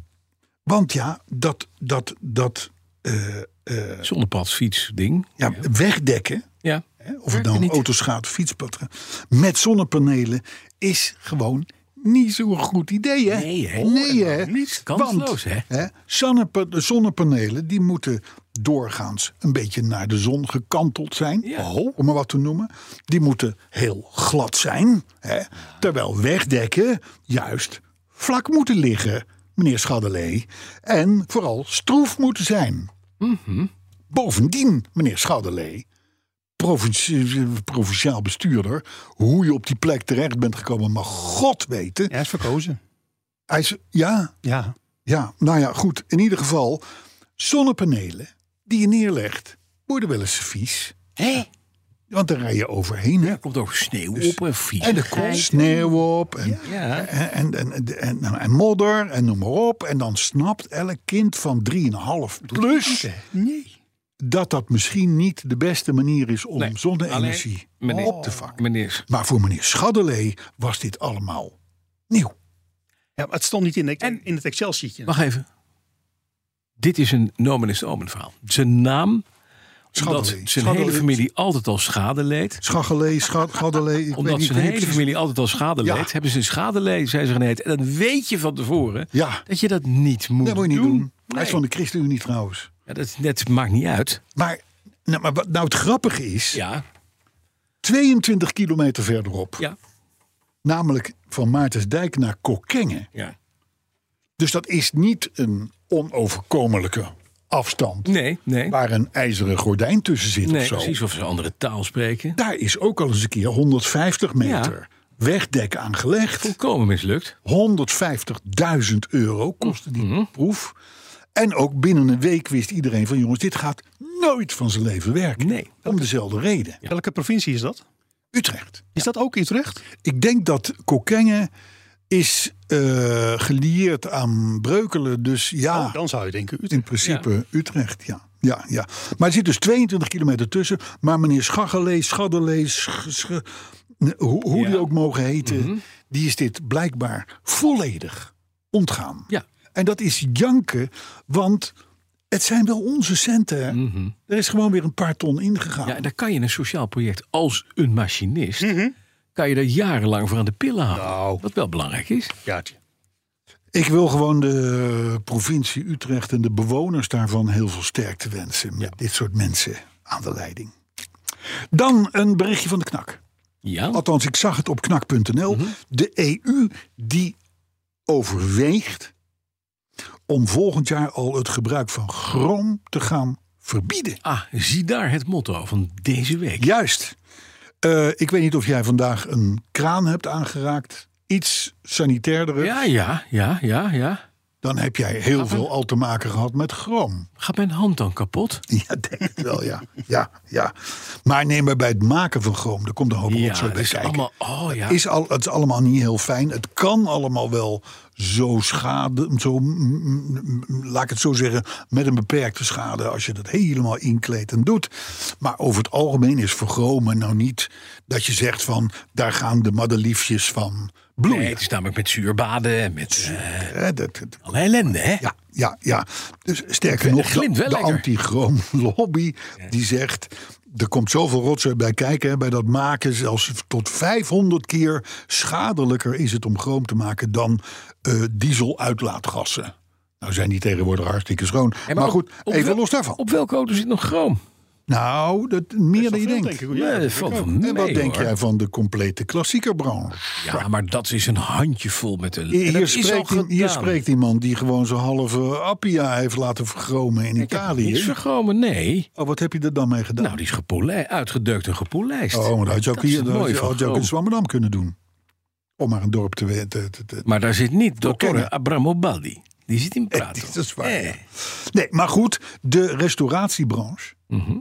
C: Want ja, dat, dat, dat eh,
D: Zonnepadsfiets ding.
C: ja, wegdekken,
D: Ja.
C: hè, of het
D: Werkte
C: nou
D: niet.
C: auto's gaat, fietspad gaat, met zonnepanelen is gewoon niet zo'n goed idee. Hè?
D: Nee, hè?
C: Nee, hè?
D: Niet
C: Want,
D: kansloos, hè?
C: hè, zonnepa- de zonnepanelen die moeten doorgaans een beetje naar de zon gekanteld zijn.
D: Ja.
C: Oh, Om maar wat te noemen. Die moeten heel glad zijn. Hè, terwijl wegdekken juist vlak moeten liggen, meneer Schaddelee. En vooral stroef moeten zijn. Bovendien, meneer Schaddelee, provincie- provinciaal bestuurder... hoe je op die plek terecht bent gekomen, mag god weten.
E: Ja, hij is verkozen.
C: Hij is, ja,
E: Ja.
C: ja, nou ja, goed. In ieder geval, zonnepanelen die je neerlegt, worden wel eens vies.
D: Hé?
C: Want daar rij je overheen. Hè?
D: Er komt ook sneeuw op Dus- en vies.
C: En er komt sneeuw op. En,
D: Ja.
C: en, en, en, en, nou, en modder en noem maar op. En dan snapt elk kind van 3,5 plus
E: Nee.
C: dat dat misschien niet de beste manier is om
D: Nee,
C: zonne-energie
D: alleen, meneer-
C: op te vangen.
D: Meneer,
C: Maar voor meneer Schaddelee was dit allemaal nieuw.
E: Ja, maar het stond niet in, de, in het Excel-sheetje.
D: wacht even. Dit is een nomen is omen verhaal. Zijn naam, omdat
C: Schaddelee.
D: zijn hele
C: Schaddelee.
D: familie altijd al schade leed...
C: Schaggelee, Schad- Schaddelee. ik weet
D: omdat
C: niet
D: zijn hele
C: precies.
D: familie altijd al schade
C: Ja.
D: leed, hebben ze een schadeleed, zijn ze geneed. En dan weet je van tevoren
C: Ja.
D: dat je dat niet moet
C: Dat moet je niet doen.
D: doen.
C: Hij is van de ChristenUnie trouwens.
D: Ja, dat, dat maakt niet uit.
C: Maar, nou, maar wat nou het grappige is,
D: Ja,
C: 22 kilometer verderop,
D: ja,
C: namelijk van Maartensdijk naar Kokkengen.
D: ja.
C: Dus dat is niet een onoverkomelijke afstand
D: Nee, nee.
C: waar een ijzeren gordijn tussen zit of
D: Nee,
C: zo.
D: precies. Of ze andere taal spreken.
C: Daar is ook al eens een keer 150 meter wegdek aangelegd.
D: Volkomen mislukt.
C: 150.000 euro kostte die
D: Mhm.
C: proef. En ook binnen een week wist iedereen van jongens, dit gaat nooit van zijn leven werken.
D: Nee.
C: Om dezelfde reden.
E: Welke provincie is dat?
C: Utrecht.
E: Is dat ook Utrecht?
C: Ik denk dat Kokkengen is eh, gelieerd aan Breukelen. Dus ja,
E: Oh, dan zou je denken Utrecht.
C: in principe Utrecht, ja. Ja, ja. Maar er zit dus 22 kilometer tussen. Maar meneer Schaggelee, Schaddelee, Sch- Sch- hoe, hoe die
D: Ja. Mhm.
C: ook mogen heten... die is dit blijkbaar volledig ontgaan.
D: Ja.
C: En dat is janken, want het zijn wel onze centen. hè. Er is gewoon weer een paar ton ingegaan.
D: Mhm. Ja, en daar kan je een sociaal project als een machinist...
C: Mhm.
D: kan je daar jarenlang voor aan de pillen houden.
C: Nou.
D: Wat wel belangrijk is.
E: Jaartje.
C: Ik wil gewoon de eh, provincie Utrecht en de bewoners daarvan heel veel sterkte wensen. Met dit soort mensen aan de leiding. Dan een berichtje van de knak.
D: Ja,
C: Althans, ik zag het op knak.nl. De EU die overweegt om volgend jaar al het gebruik van chroom te gaan verbieden.
D: ah, zie daar het motto van deze week.
C: Juist. Eh, ik weet niet of jij vandaag een kraan hebt aangeraakt. Iets sanitairder.
D: ja, ja, ja, ja. ja.
C: Dan heb jij heel veel al te maken gehad met chroom.
D: Gaat mijn hand dan kapot?
C: Ja, denk het wel, ja. ja, ja. Maar neem maar bij het maken van chroom, er komt een hoop
D: ja,
C: rotzooi bij
D: is
C: kijken.
D: allemaal... Oh ja,
C: Is al, het is allemaal niet heel fijn. Het kan allemaal wel zo schade, zo, mm, mm, mm, laat ik het zo zeggen, met een beperkte schade als je dat helemaal inkleedt en doet. Maar over het algemeen is vergromen nou niet dat je zegt van daar gaan de madeliefjes van bloeien.
D: nee, het is namelijk met zuurbaden en met eh,
C: Hè, dat, dat-
D: alle ellende, hè?
C: ja, ja, ja. Dus sterker nog,
D: glimt
C: de,
D: wel
C: de
D: lekker.
C: anti-groom lobby die zegt... er komt zoveel rotzooi bij kijken, hè, bij dat maken... zelfs tot 500 keer schadelijker is het om chroom te maken... dan eh dieseluitlaatgassen. Nou zijn die tegenwoordig hartstikke schoon.
D: En
C: maar
D: op-
C: goed,
D: op
C: even
D: wel-
C: los daarvan.
D: Op welke auto zit nog chroom?
C: Nou, dat, meer dan je denkt.
D: Ja, dat valt wel mee,
C: en wat denk
D: hoor.
C: jij van de complete klassiekerbranche?
D: Ja, maar dat is een handjevol met de... En
C: Hier
D: dat is al
C: spreekt, i- hier
D: gedaan.
C: spreekt iemand die gewoon zijn halve Appia heeft laten vergromen in
D: Ik heb
C: Italië.
D: Niks vergromen, nee.
C: Oh, wat heb je er dan mee gedaan?
D: Nou, die is gepolij, uitgedeukt en gepolijst.
C: oh, maar dat had je ook
D: dat is
C: hier
D: het
C: dat had
D: mooie
C: je-
D: van
C: had je ook
D: Chrome.
C: in Zwammerdam kunnen doen. Om maar een dorp te weten. te- te-
D: Maar daar zit niet
C: Dokter,
D: dokter
C: hè?
D: Abramobaldi. Die zit in
C: Eh,
D: Prato.
C: dat is waar,
D: Eh,
C: ja. Nee, maar goed, de restauratiebranche,
D: mhm,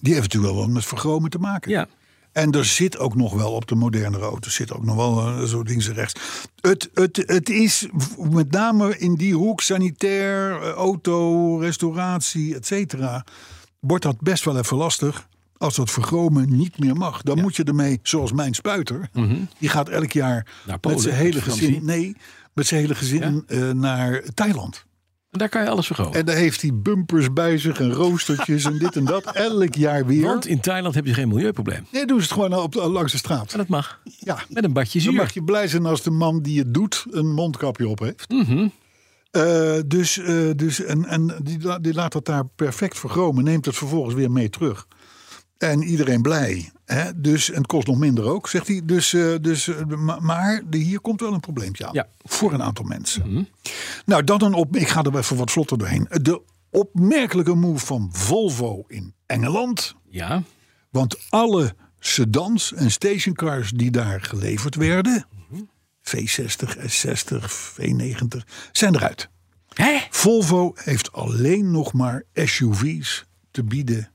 C: die heeft natuurlijk wel wat met vergromen te maken.
D: Ja.
C: En er zit ook nog wel op de modernere auto's, zit ook nog wel eh, zo links en rechts. Het, het, het is v- met name in die hoek, sanitair, eh, auto, restauratie, et cetera, wordt dat best wel even lastig. Als dat vergromen niet meer mag, dan moet je ermee, zoals mijn spuiter, die gaat elk jaar
D: Mhm. Naar Polen,
C: met zijn hele
D: op
C: gezin,
D: vakantie.
C: nee, met zijn hele gezin eh, naar Thailand.
D: Daar kan je alles vergromen.
C: En daar heeft hij bumpers bij zich en roostertjes en dit en dat. Elk jaar weer.
D: Want in Thailand heb je geen milieuprobleem.
C: Nee, doen ze het gewoon eh, op, langs de straat.
D: En dat mag.
C: Ja.
D: Met een badje
C: Dan
D: zuur.
C: mag je blij zijn als de man die het doet een mondkapje op heeft.
D: Mhm.
C: Eh, dus eh, dus en, en die, la- die laat dat daar perfect vergromen. Neemt het vervolgens weer mee terug. En iedereen blij. Hè? Dus, en het kost nog minder ook, zegt hij. Dus, eh, dus, eh, ma- maar de- hier komt wel een probleempje aan.
D: Ja. Mhm.
C: Voor een aantal mensen. Nou, dan een op. Ik ga er even wat vlotter doorheen. De opmerkelijke move van Volvo in Engeland.
D: Ja.
C: Want alle sedans en stationcars die daar geleverd werden, V60, S60, V90, zijn eruit.
D: Hè?
C: Volvo heeft alleen nog maar SUV's te bieden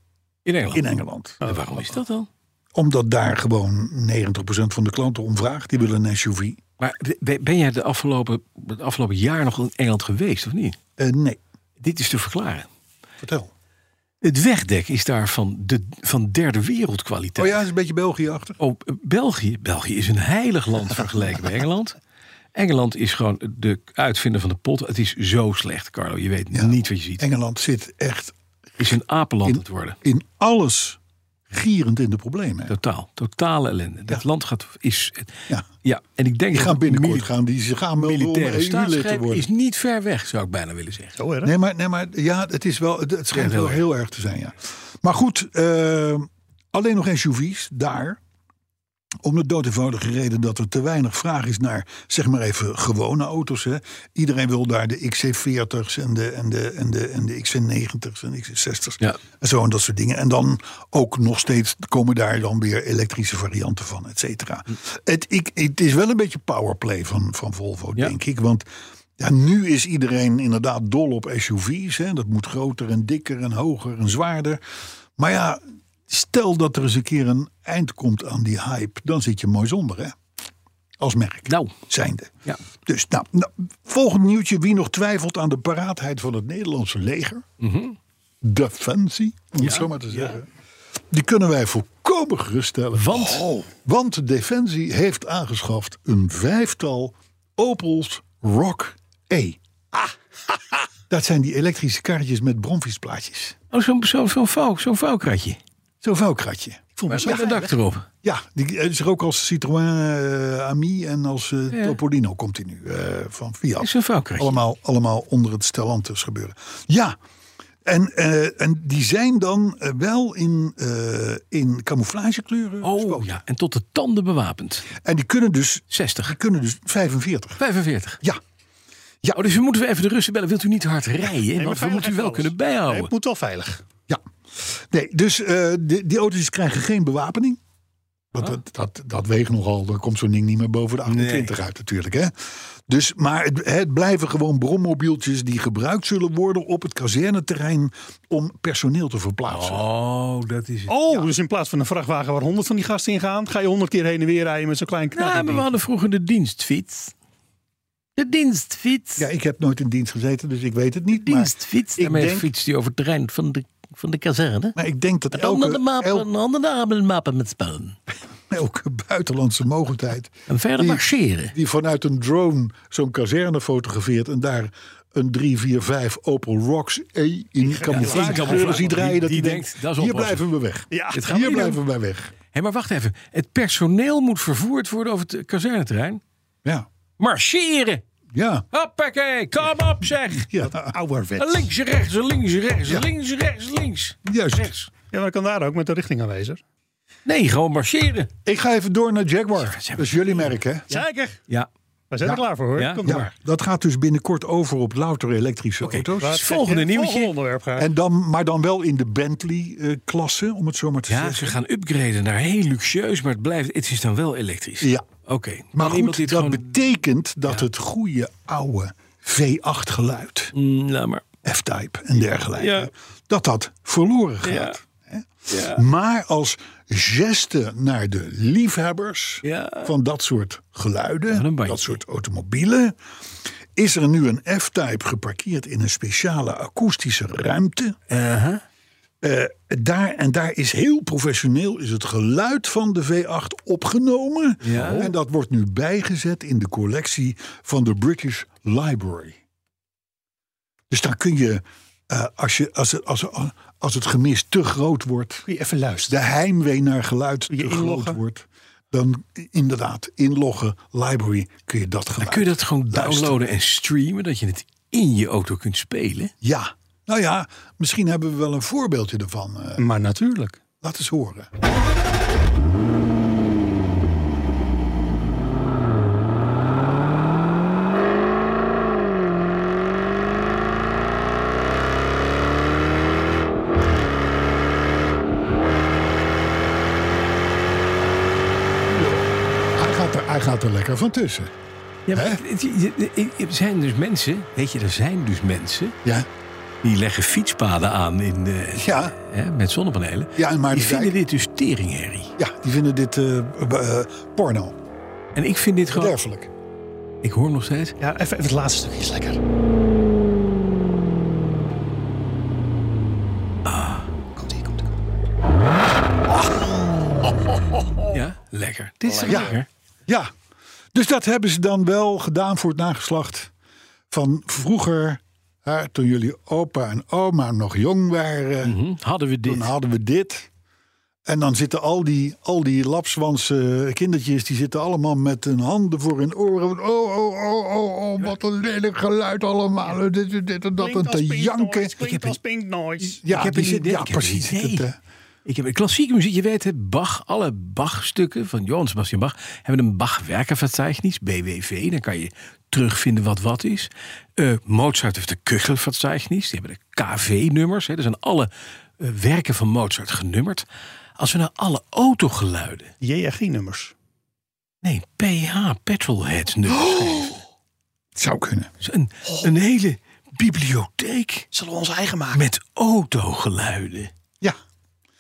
D: In Engeland.
C: in Engeland.
D: En waarom is dat dan?
C: Omdat daar gewoon 90% van de klanten om vraagt. Die willen een SUV.
D: Maar ben ben jij de afgelopen, het afgelopen jaar nog in Engeland geweest, of niet?
C: Eh, nee,
D: Dit is te verklaren.
C: vertel.
D: Het wegdek is daar van, de, van derde wereldkwaliteit.
C: Oh ja, is een beetje België-achtig.
D: Oh, eh, België. België is een heilig land vergeleken met Engeland. Engeland is gewoon de uitvinder van de pot. Het is zo slecht, Carlo. Je weet niet wat je ziet. Het
C: Engeland zit echt
D: is een apenland aan het worden.
C: in alles gierend in de problemen. hè.
D: Totaal. Totale ellende. Dat land gaat, is...
C: Ja.
D: Ja. en ik denk
C: Die gaan
D: dat
C: binnenkort
D: mili-
C: gaan, die ze gaan wel door om
D: militaire
C: EU lid te
D: staatsgreep
C: worden.
D: is niet ver weg, zou ik bijna willen zeggen.
E: Zo, hè?
C: Nee, maar, nee, maar ja, het, is wel, het, het schijnt
D: heel
C: wel
D: erg.
C: heel erg te zijn, ja. Maar goed, eh, alleen nog SUV's daar. Om de dood eenvoudige reden dat er te weinig vraag is naar, zeg maar even, gewone auto's. Hè. Iedereen wil daar de XC40's en de, en de, en de, en de XC90's en XC60's.
D: Ja.
C: En zo en dat soort dingen. En dan ook nog steeds komen daar dan weer elektrische varianten van, et cetera.
D: Hm.
C: Het, ik, het is wel een beetje powerplay van, van Volvo,
D: Ja.
C: denk ik. Want ja, nu is iedereen inderdaad dol op SUV's. Hè. Dat moet groter en dikker en hoger en zwaarder. Maar ja, stel dat er eens een keer een eind komt aan die hype. Dan zit je mooi zonder, hè? Als merk
D: Nou,
C: zijnde.
D: Ja.
C: Dus nou, nou, volgend nieuwtje. Wie nog twijfelt aan de paraatheid van het Nederlandse leger. Defensie, om het
D: Mhm. Ja,
C: zo maar te zeggen. Die kunnen wij volkomen geruststellen. Oh.
D: Want?
C: want Defensie heeft aangeschaft een vijftal Opels Rock E.
D: Ah.
C: Dat zijn die elektrische karretjes met bromfietsplaatjes.
D: oh, zo'n zo, zo vouw, zo'n vouwkratje.
C: Zo'n vuilkratje.
D: Met een dak erop.
C: Ja, die eh, is er ook als Citroën eh, Ami en als eh, Topolino komt hij nu eh, van Fiat.
D: Is een vouwkratje.
C: Allemaal, allemaal onder het Stellantis gebeuren. Ja, en, eh, en die zijn dan eh, wel in, eh in camouflagekleuren.
D: Oh
C: gespoten.
D: ja, en tot de tanden bewapend.
C: En die kunnen dus,
D: 60.
C: die kunnen dus 45.
D: 45.
C: Ja,
D: Oh, dus we moeten we even de Russen bellen. Wilt u niet te hard rijden? want we
E: veiligheid
D: moeten u wel
E: alles.
D: kunnen
E: Nee,
D: bijhouden.
E: het moet wel veilig.
C: ja. Nee, dus eh, die, die auto's krijgen geen bewapening. Want dat, dat, dat weegt nogal, dan komt zo'n ding niet meer boven de 28 uit natuurlijk. Hè? Dus, maar het, het blijven gewoon brommobieltjes die gebruikt zullen worden op het kazerneterrein om personeel te verplaatsen.
D: Oh, dat is het.
E: Oh, dus in plaats van een vrachtwagen waar 100 van die gasten in gaan, ga je 100 keer heen en weer rijden met zo'n klein
D: Nou,
E: knappie.
D: maar we hadden vroeger de dienstfiets. De dienstfiets.
C: Ja, ik heb nooit in dienst gezeten, dus ik weet het niet.
D: de
C: Maar,
D: dienstfiets.
C: ik
D: Daarmee
C: denk-
D: fietst hij over het terrein van de, van de kazerne.
C: maar ik denk dat
D: Met andere
C: elke,
D: mappen,
C: el-
D: andere armen mappen met spellen.
C: elke buitenlandse mogelijkheid
D: En verder
C: Die-
D: marcheren.
C: die vanuit een drone zo'n kazerne fotografeert en daar een 345 Opel Rocks E in camouflagekleuren
D: camouflage.
C: ziet rijden. Dat
D: Die-
C: hij
D: die
C: denkt,
D: denkt, dat is
C: hier
D: oplossing.
C: blijven we weg.
E: Ja, dit gaan
D: we
C: hier
D: niet
C: blijven wij weg.
D: Hé, maar wacht even. Het personeel moet vervoerd worden over het kazerneterrein.
C: Ja.
D: Marcheren!
C: Ja,
D: Hoppakee, kom op zeg.
C: ja.
E: Ouderwets.
D: Links, rechts, links, rechts,
C: Ja.
D: links, rechts, links.
C: juist.
D: Rechts.
E: Ja, maar dat kan daar ook met de richting aanwijzer.
D: Nee, gewoon marcheren.
C: Ik ga even door naar Jaguar. Dat is jullie merk, hè?
E: Zeker.
D: Ja.
E: We zijn er klaar voor hoor.
D: Ja.
E: Komt
C: Ja,
E: maar.
C: dat gaat dus binnenkort over op louter elektrische auto's.
D: Het Dus volgende
E: Volgende
D: nieuwtje.
E: onderwerp graag.
C: En dan, maar dan wel in de Bentley-klasse, om het zo maar te
D: Ja,
C: zeggen.
D: ze gaan upgraden naar heel luxueus, maar het blijft, het is dan wel elektrisch.
C: Ja.
D: Oké.
C: Maar
D: Kan iemand
C: goed,
D: dit
C: dat
D: gewoon-
C: betekent dat het goede oude V8-geluid,
D: Mm, nou maar.
C: F-type en dergelijke,
D: Ja.
C: dat dat verloren
D: Ja.
C: gaat. hè?
D: Ja.
C: Maar als geste naar de liefhebbers
D: Ja.
C: van dat soort
D: Van een
C: geluiden,
D: bandje.
C: dat soort automobielen, is er nu een F-type geparkeerd in een speciale akoestische ruimte. Eh, daar, en daar is heel professioneel is het geluid van de V8 opgenomen.
D: Ja.
C: En dat wordt nu bijgezet in de collectie van de British Library. Dus dan kun je, eh, als, je als, het, als, als het gemis te groot wordt,
E: Kun je even
C: de
E: luisteren.
C: heimwee naar geluid te
E: je inloggen?
C: groot wordt, dan inderdaad inloggen, library, kun je dat geluid.
D: Kun je dat gewoon
C: Luister.
D: downloaden en streamen, dat je het in je auto kunt spelen?
C: Ja. Nou ja, misschien hebben we wel een voorbeeldje ervan. eh,
E: Maar natuurlijk.
C: laat eens horen. Hij gaat er, hij gaat er lekker van tussen.
D: Ja, maar
C: Hè?
D: het- het- het- er zijn dus mensen, weet je, er zijn dus mensen
C: Ja,
D: die leggen fietspaden aan in, eh,
C: ja,
D: hè, met zonnepanelen.
C: ja maar
D: Die
C: die,
D: vinden dit dus teringherrie.
C: ja, die vinden dit eh, b- eh, porno.
D: En ik vind dit gewoon,
C: Bederfelijk.
D: ik hoor hem nog steeds.
E: Ja, even, even het laatste stukje is lekker. Komt ie, komt ie.
D: Ja, lekker. Dit is toch
C: Ja.
D: lekker?
C: Ja, dus dat hebben ze dan wel gedaan voor het nageslacht van vroeger. Hè, toen jullie opa en oma nog jong waren,
D: Mhm. Hadden we
C: toen
D: dit.
C: hadden we dit. En dan zitten al die, al die lapswanse kindertjes, die zitten allemaal met hun handen voor hun oren. Oh, oh, oh, oh, oh, wat een lelijk geluid allemaal. Dit, dit, dit en dat en te janken.
E: Klinkt als pink noise.
C: Ja,
D: Ik heb
C: die
D: een
C: zit-
D: idee,
C: ja,
D: ik heb een
C: precies.
D: idee.
C: Dat, eh,
D: Ik heb klassieke muziek, je weet het, Bach, alle Bach-stukken van Johann Sebastian Bach hebben een Bach-werkenverzeichnis, BWV, dan kan je terugvinden wat wat is. Eh, Mozart heeft de Kuchelverzeichnis, die hebben de KV-nummers, hè, er zijn alle eh, werken van Mozart genummerd. Als we naar alle autogeluiden,
E: JRG-nummers.
D: nee, PH, Petrolhead
E: Oh!
D: nummers geven.
C: het zou kunnen.
D: Dus een, een hele bibliotheek
E: Zullen we ons eigen maken?
D: met autogeluiden.
C: Ja.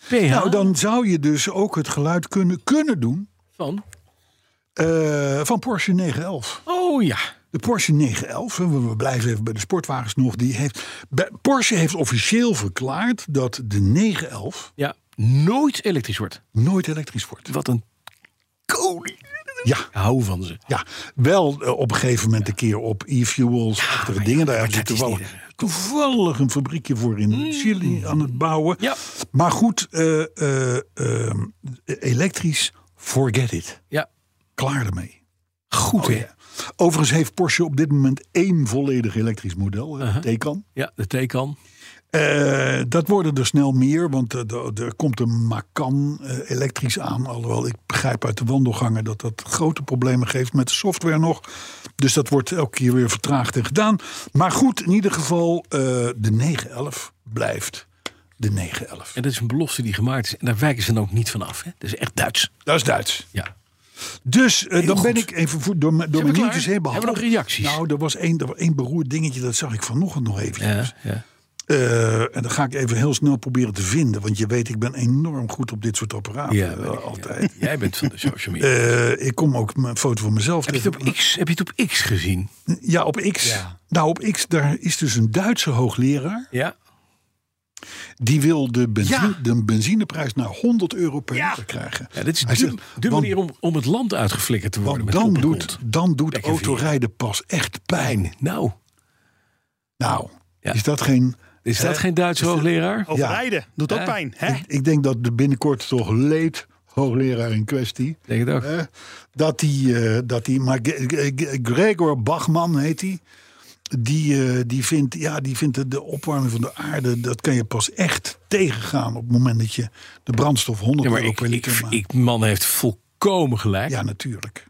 D: PH
C: Nou, dan zou je dus ook het geluid kunnen, kunnen doen
D: van,
C: eh, van Porsche 911.
D: oh ja,
C: De Porsche 911, hè, we we blijven even bij de sportwagens nog, die heeft. bij- Porsche heeft officieel verklaard dat de 911
D: ja, nooit elektrisch wordt.
C: nooit elektrisch wordt.
D: Wat een koning.
C: Ja,
D: Hou van ze.
C: ja. wel eh, op een gegeven moment een keer op e-fuels, achtige dingen. Daar hebben ze
D: dat is
C: toevallig, toevallig een fabriekje voor in Chili aan het bouwen.
D: Mm. Ja.
C: Maar goed, eh, eh, ehm, elektrisch, forget it.
D: Ja,
C: Klaar ermee. Oh,
D: goed hè. ja.
C: Overigens heeft Porsche op dit moment één volledig elektrisch model, hè, de
D: Uh-huh.
C: Taycan.
D: de Taycan.
C: Eh, dat worden er snel meer, want eh, er- er komt een Macan eh, elektrisch aan. Alhoewel ik begrijp uit de wandelgangen dat dat grote problemen geeft met de software nog. Dus dat wordt elke keer weer vertraagd en gedaan. Maar goed, in ieder geval, eh, de 911 blijft de 911.
D: En dat is een belofte die gemaakt is. En daar wijken ze dan ook niet van af. Hè? Dat is echt Duits.
C: Dat is Duits.
D: Ja.
C: Dus eh, dan
D: goed.
C: ben ik even voor, door, mijn- door
D: we
C: mijn
D: klaar?
C: nieuwtjes heen
D: Hebben we nog
C: behandeld.
D: reacties?
C: Nou, er was één, er was één beroerd dingetje, dat zag ik vanochtend nog even.
D: ja, ja.
C: Eh, en dan ga ik even heel snel proberen te vinden. Want je weet, ik ben enorm goed op dit soort apparaten.
D: Ja,
C: eh,
D: weet ik,
C: altijd.
D: Jij bent van de social media.
C: Eh, ik kom ook mijn foto van mezelf
D: heb, je het op X, heb je het op X gezien?
C: Ja, op X.
E: Ja.
C: Nou, op X, daar is dus een Duitse hoogleraar.
D: Ja.
C: Die wil de, benzine,
E: Ja.
C: de benzineprijs naar 100 euro per
E: Ja.
C: liter krijgen.
D: ja dit is
C: Hij
D: de,
C: zegt,
D: de
C: want-
D: manier om, om het land uitgeflikkerd te worden.
C: Want
D: met
C: dan
D: kop en
C: doet,
D: kont.
C: dan doet
D: Lekker vieren.
C: autorijden pas echt pijn.
D: Pijn. Nou,
C: Nou,
D: Ja.
C: is dat geen...
D: is
C: Oh.
D: dat geen Duitse hoogleraar?
E: Overlijden. Doet ook
D: Ja.
E: pijn. Hè?
C: Ik denk dat er binnenkort toch leed, hoogleraar in kwestie.
D: Denk het ook.
C: Hè? Dat die, eh, dat die maar Ge- Ge- Ge- Gregor Bachman heet hij. Die, eh, die vindt, ja, die vindt de, de opwarming van de aarde, dat kan je pas echt tegengaan op het moment dat je de brandstof 100
D: Ja, maar
C: euro
D: ik,
C: per
D: ik,
C: liter maakt.
D: ik, man heeft volkomen gelijk.
C: ja, natuurlijk.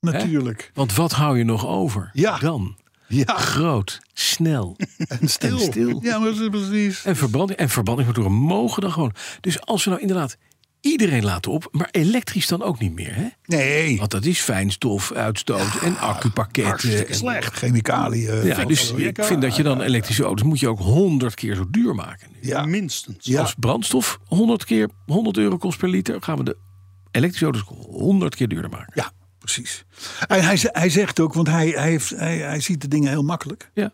C: Natuurlijk.
D: Want wat hou je nog over
C: Ja.
D: dan?
C: Ja,
D: Groot, snel
C: en stil.
D: en stil.
C: Ja, maar dat is precies.
D: en verbranding. En verbrandingsmotoren mogen dan gewoon. Dus als we nou inderdaad iedereen laten op, maar elektrisch dan ook niet meer. Hè?
C: Nee,
D: Want dat is fijnstofuitstoot en accupakketten.
C: hartstikke
D: en-
C: slecht. Chemicaliën. eh,
D: Ja, dus ik vind dat je dan elektrische auto's moet je ook 100 keer zo duur maken. Nu.
C: Ja.
E: Minstens.
C: Ja.
D: Als brandstof 100 keer 100 euro kost per liter, gaan we de elektrische auto's 100 keer duurder maken.
C: Ja, precies. En hij, ze- hij zegt ook, want hij, hij, heeft, hij, hij ziet de dingen heel makkelijk.
D: Ja.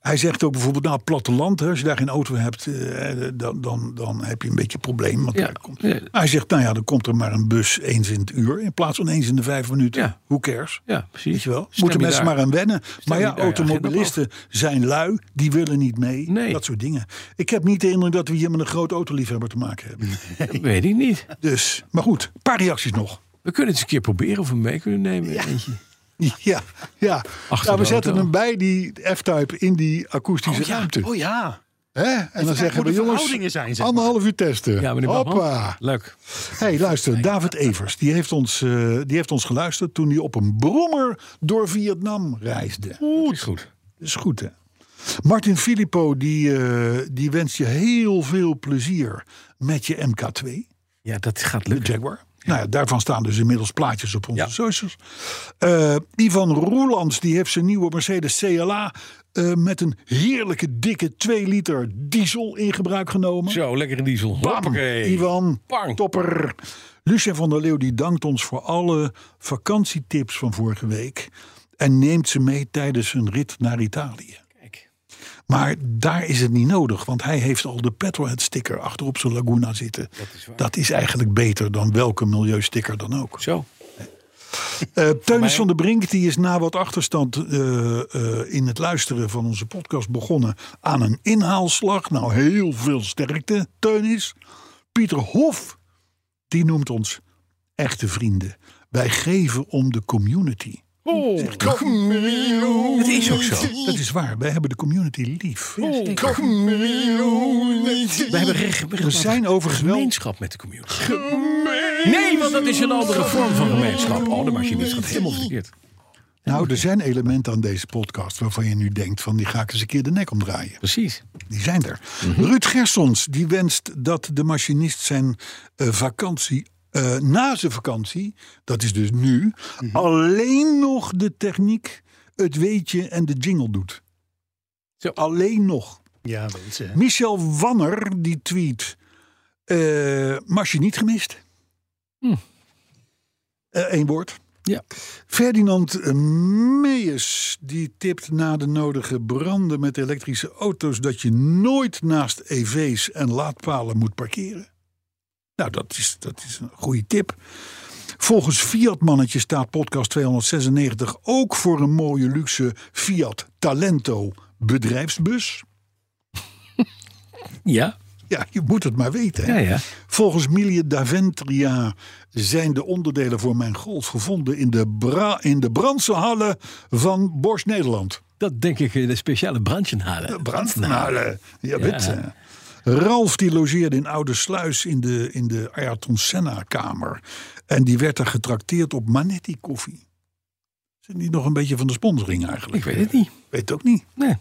C: Hij zegt ook bijvoorbeeld, nou, platteland, hè, als je daar geen auto hebt, eh, dan, dan, dan heb je een beetje een probleem. Want
D: Ja,
C: daar komt-
D: ja.
C: Hij zegt, nou ja, dan komt er maar een bus eens in het uur in plaats van eens in de vijf minuten.
D: Ja.
C: Hoe cares?
D: Ja, precies.
C: Weet je wel?
D: Stem
C: Moeten
D: je
C: mensen
D: daar-
C: maar aan wennen. Maar
D: je
C: ja,
D: daar je agenda op
C: automobilisten zijn lui, die willen niet mee.
D: Nee.
C: Dat soort dingen. Ik heb niet de indruk dat we hier met een groot autoliefhebber te maken hebben.
D: Dat weet ik niet.
C: Dus, maar goed, een paar reacties nog.
D: We kunnen het eens een keer proberen of we mee kunnen nemen. Eentje.
C: Ja, ja.
D: Achter
C: ja we
D: de
C: zetten
D: auto.
C: hem bij die F-type in die akoestische ruimte.
E: Oh ja.
C: Hè? En dan zeggen we,
E: hoe de
C: jongens,
E: verhoudingen zijn, zeg maar.
C: anderhalf uur testen.
D: Ja, meneer Bouwman.
C: Hoppa.
D: Leuk.
C: hey, luister, David Evers, die heeft, ons, eh, die heeft ons geluisterd toen hij op een brommer door Vietnam reisde.
D: Goed. Goed.
C: Dat is goed, hè? Martin Filippo, die, eh, die wenst je heel veel plezier met je MK2.
D: Ja, dat gaat
C: De
D: lukken.
C: Jaguar. Nou ja, daarvan staan dus inmiddels plaatjes op onze
D: Ja.
C: socials. Eh, Ivan Roelands die heeft zijn nieuwe Mercedes CLA eh, met een heerlijke dikke 2 liter diesel in gebruik genomen.
D: Zo, lekkere diesel.
C: Bam,
D: Hoppakee.
C: Ivan,
D: Bang.
C: topper. Lucien van der Leeuw die dankt ons voor alle vakantietips van vorige week. En neemt ze mee tijdens een rit naar Italië.
D: Kijk.
C: Maar daar is het niet nodig, want hij heeft al de petrolhead sticker achter op zijn Laguna zitten. Dat is, eigenlijk beter dan welke milieusticker dan ook.
D: Zo.
C: Eh Teunis van der Brink die is na wat achterstand eh, eh, in het luisteren van onze podcast begonnen aan een inhaalslag. Nou, heel veel sterkte, Teunis. Pieter Hof, die noemt ons echte vrienden. Wij geven om de community.
D: Het is ook zo.
C: Dat is waar, wij hebben de community lief.
D: We hebben recht,
C: We zijn overigens wel
D: gemeenschap met de community. Nee, want dat is een andere vorm van gemeenschap. Oh, de machinist gaat helemaal verkeerd.
C: Nou, er zijn elementen aan deze podcast waarvan je nu denkt van die ga ik eens een keer de nek omdraaien.
D: Precies.
C: Die zijn er.
D: Mhm.
C: Ruud Gersons die wenst dat de machinist zijn eh, vakantie eh, na zijn vakantie, dat is dus nu,
D: Mhm.
C: alleen nog de techniek, het weetje en de jingle doet.
D: Zo.
C: Alleen nog.
E: Ja, mensen. hè.
C: Michel Wanner die tweet: eh Masje niet gemist.
D: Hm.
C: Eén woord.
D: Ja.
C: Ferdinand Meijers die tipt na de nodige branden met elektrische auto's dat je nooit naast EV's en laadpalen moet parkeren. Nou, dat is, dat is een goede tip. Volgens Fiat-mannetje staat podcast 296 ook voor een mooie luxe Fiat Talento bedrijfsbus.
D: Ja.
C: Ja, je moet het maar weten. hè?
D: Ja, ja.
C: Volgens Milie Daventria zijn de onderdelen voor mijn golf gevonden in de, bra in de Brandse hallen van Bosch Nederland.
D: Dat denk ik eh, de speciale brandjenhalen.
C: Brandsenhallen, ja, weet je. Ralf die logeerde in Oude Sluis in de, in de Ayrton Senna kamer. En die werd daar getrakteerd op Manetti koffie. Zijn die nog een beetje van de sponsoring eigenlijk?
D: Ik weet het niet.
C: Weet het ook niet.
D: Nee.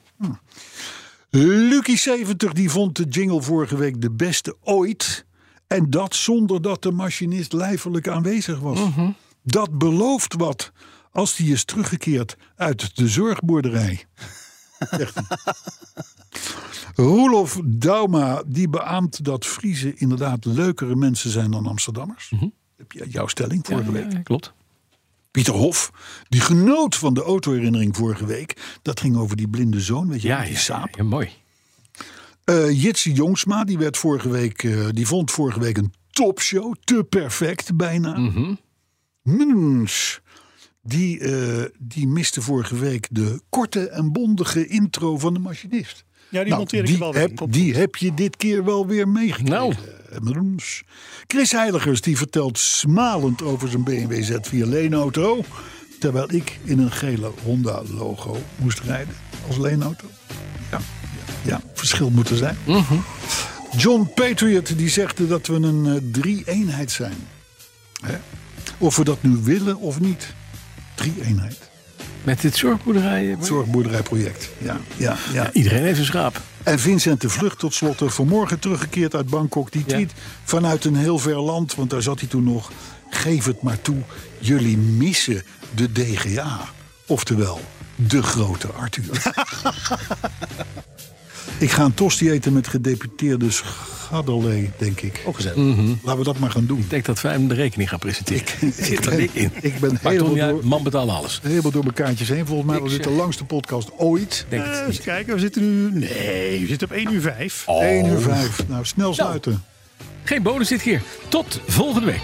C: Lucky70 die vond de jingle vorige week de beste ooit. En dat zonder dat de machinist lijfelijk aanwezig was.
D: Mhm.
C: Dat belooft wat als die is teruggekeerd uit de zorgboerderij. Zegt hij. Roelof Dauma die beaamt dat Friese inderdaad leukere mensen zijn dan Amsterdammers. Heb je- Jouw stelling vorige week.
D: Mhm. Ja, klopt.
C: Pieter Hof, die genoot van de autoherinnering vorige week. Dat ging over die blinde zoon, weet je,
D: Ja,
C: met die
D: ja,
C: saap.
D: ja, mooi.
C: Eh Jitsi Jongsma, die, werd vorige week, eh, die vond vorige week een topshow. Te perfect, bijna. Mens, die, eh, die miste vorige week de korte en bondige intro van de machinist. Nou,
E: Ja, die monteer ik er wel weer
C: heb,
E: in. Komt
C: Die heb je dit keer wel weer meegekregen.
D: Nou,
C: Camerons. Chris Heiligers die vertelt smalend over zijn BMW Z4 leenauto. Terwijl ik in een gele Honda logo moest rijden als leenauto. Ja, ja verschil moet er zijn. John Patriot die zegt dat we een eh, drie-eenheid zijn. Hè? Of we dat nu willen of niet. Drie-eenheid.
D: Met dit eh, zorgboerderijen.
C: Het zorgboerderijproject. Ja, ja, ja.
D: Iedereen heeft een schaap.
C: En Vincent de Vlucht tot slot eh, vanmorgen teruggekeerd uit Bangkok. Die tweet vanuit een heel ver land, want daar zat hij toen nog. Geef het maar toe, jullie missen de DGA. Oftewel, de grote Arthur. ik ga een tosti eten met gedeputeerde Schadderlee, denk ik.
E: Ook gezellig.
D: Hm?
C: Laten we dat maar gaan doen.
D: Ik denk dat wij hem de rekening gaan presenteren. Zit er
C: ben-
D: dik in.
C: ik ben
D: Maar
C: helemaal
D: Tom, ja,
C: door-
D: man betaalt alles.
C: Helemaal door mijn kaartjes heen. Volgens mij was dit de langste podcast ooit.
D: Ik Denk het
E: Eh,
D: niet.
E: eens kijken, we zitten nu... Nee, we zitten op 1 uur 5.
C: 1
D: Oh.
C: uur 5. Nou, snel sluiten.
D: Geen bonus dit keer. Tot volgende week.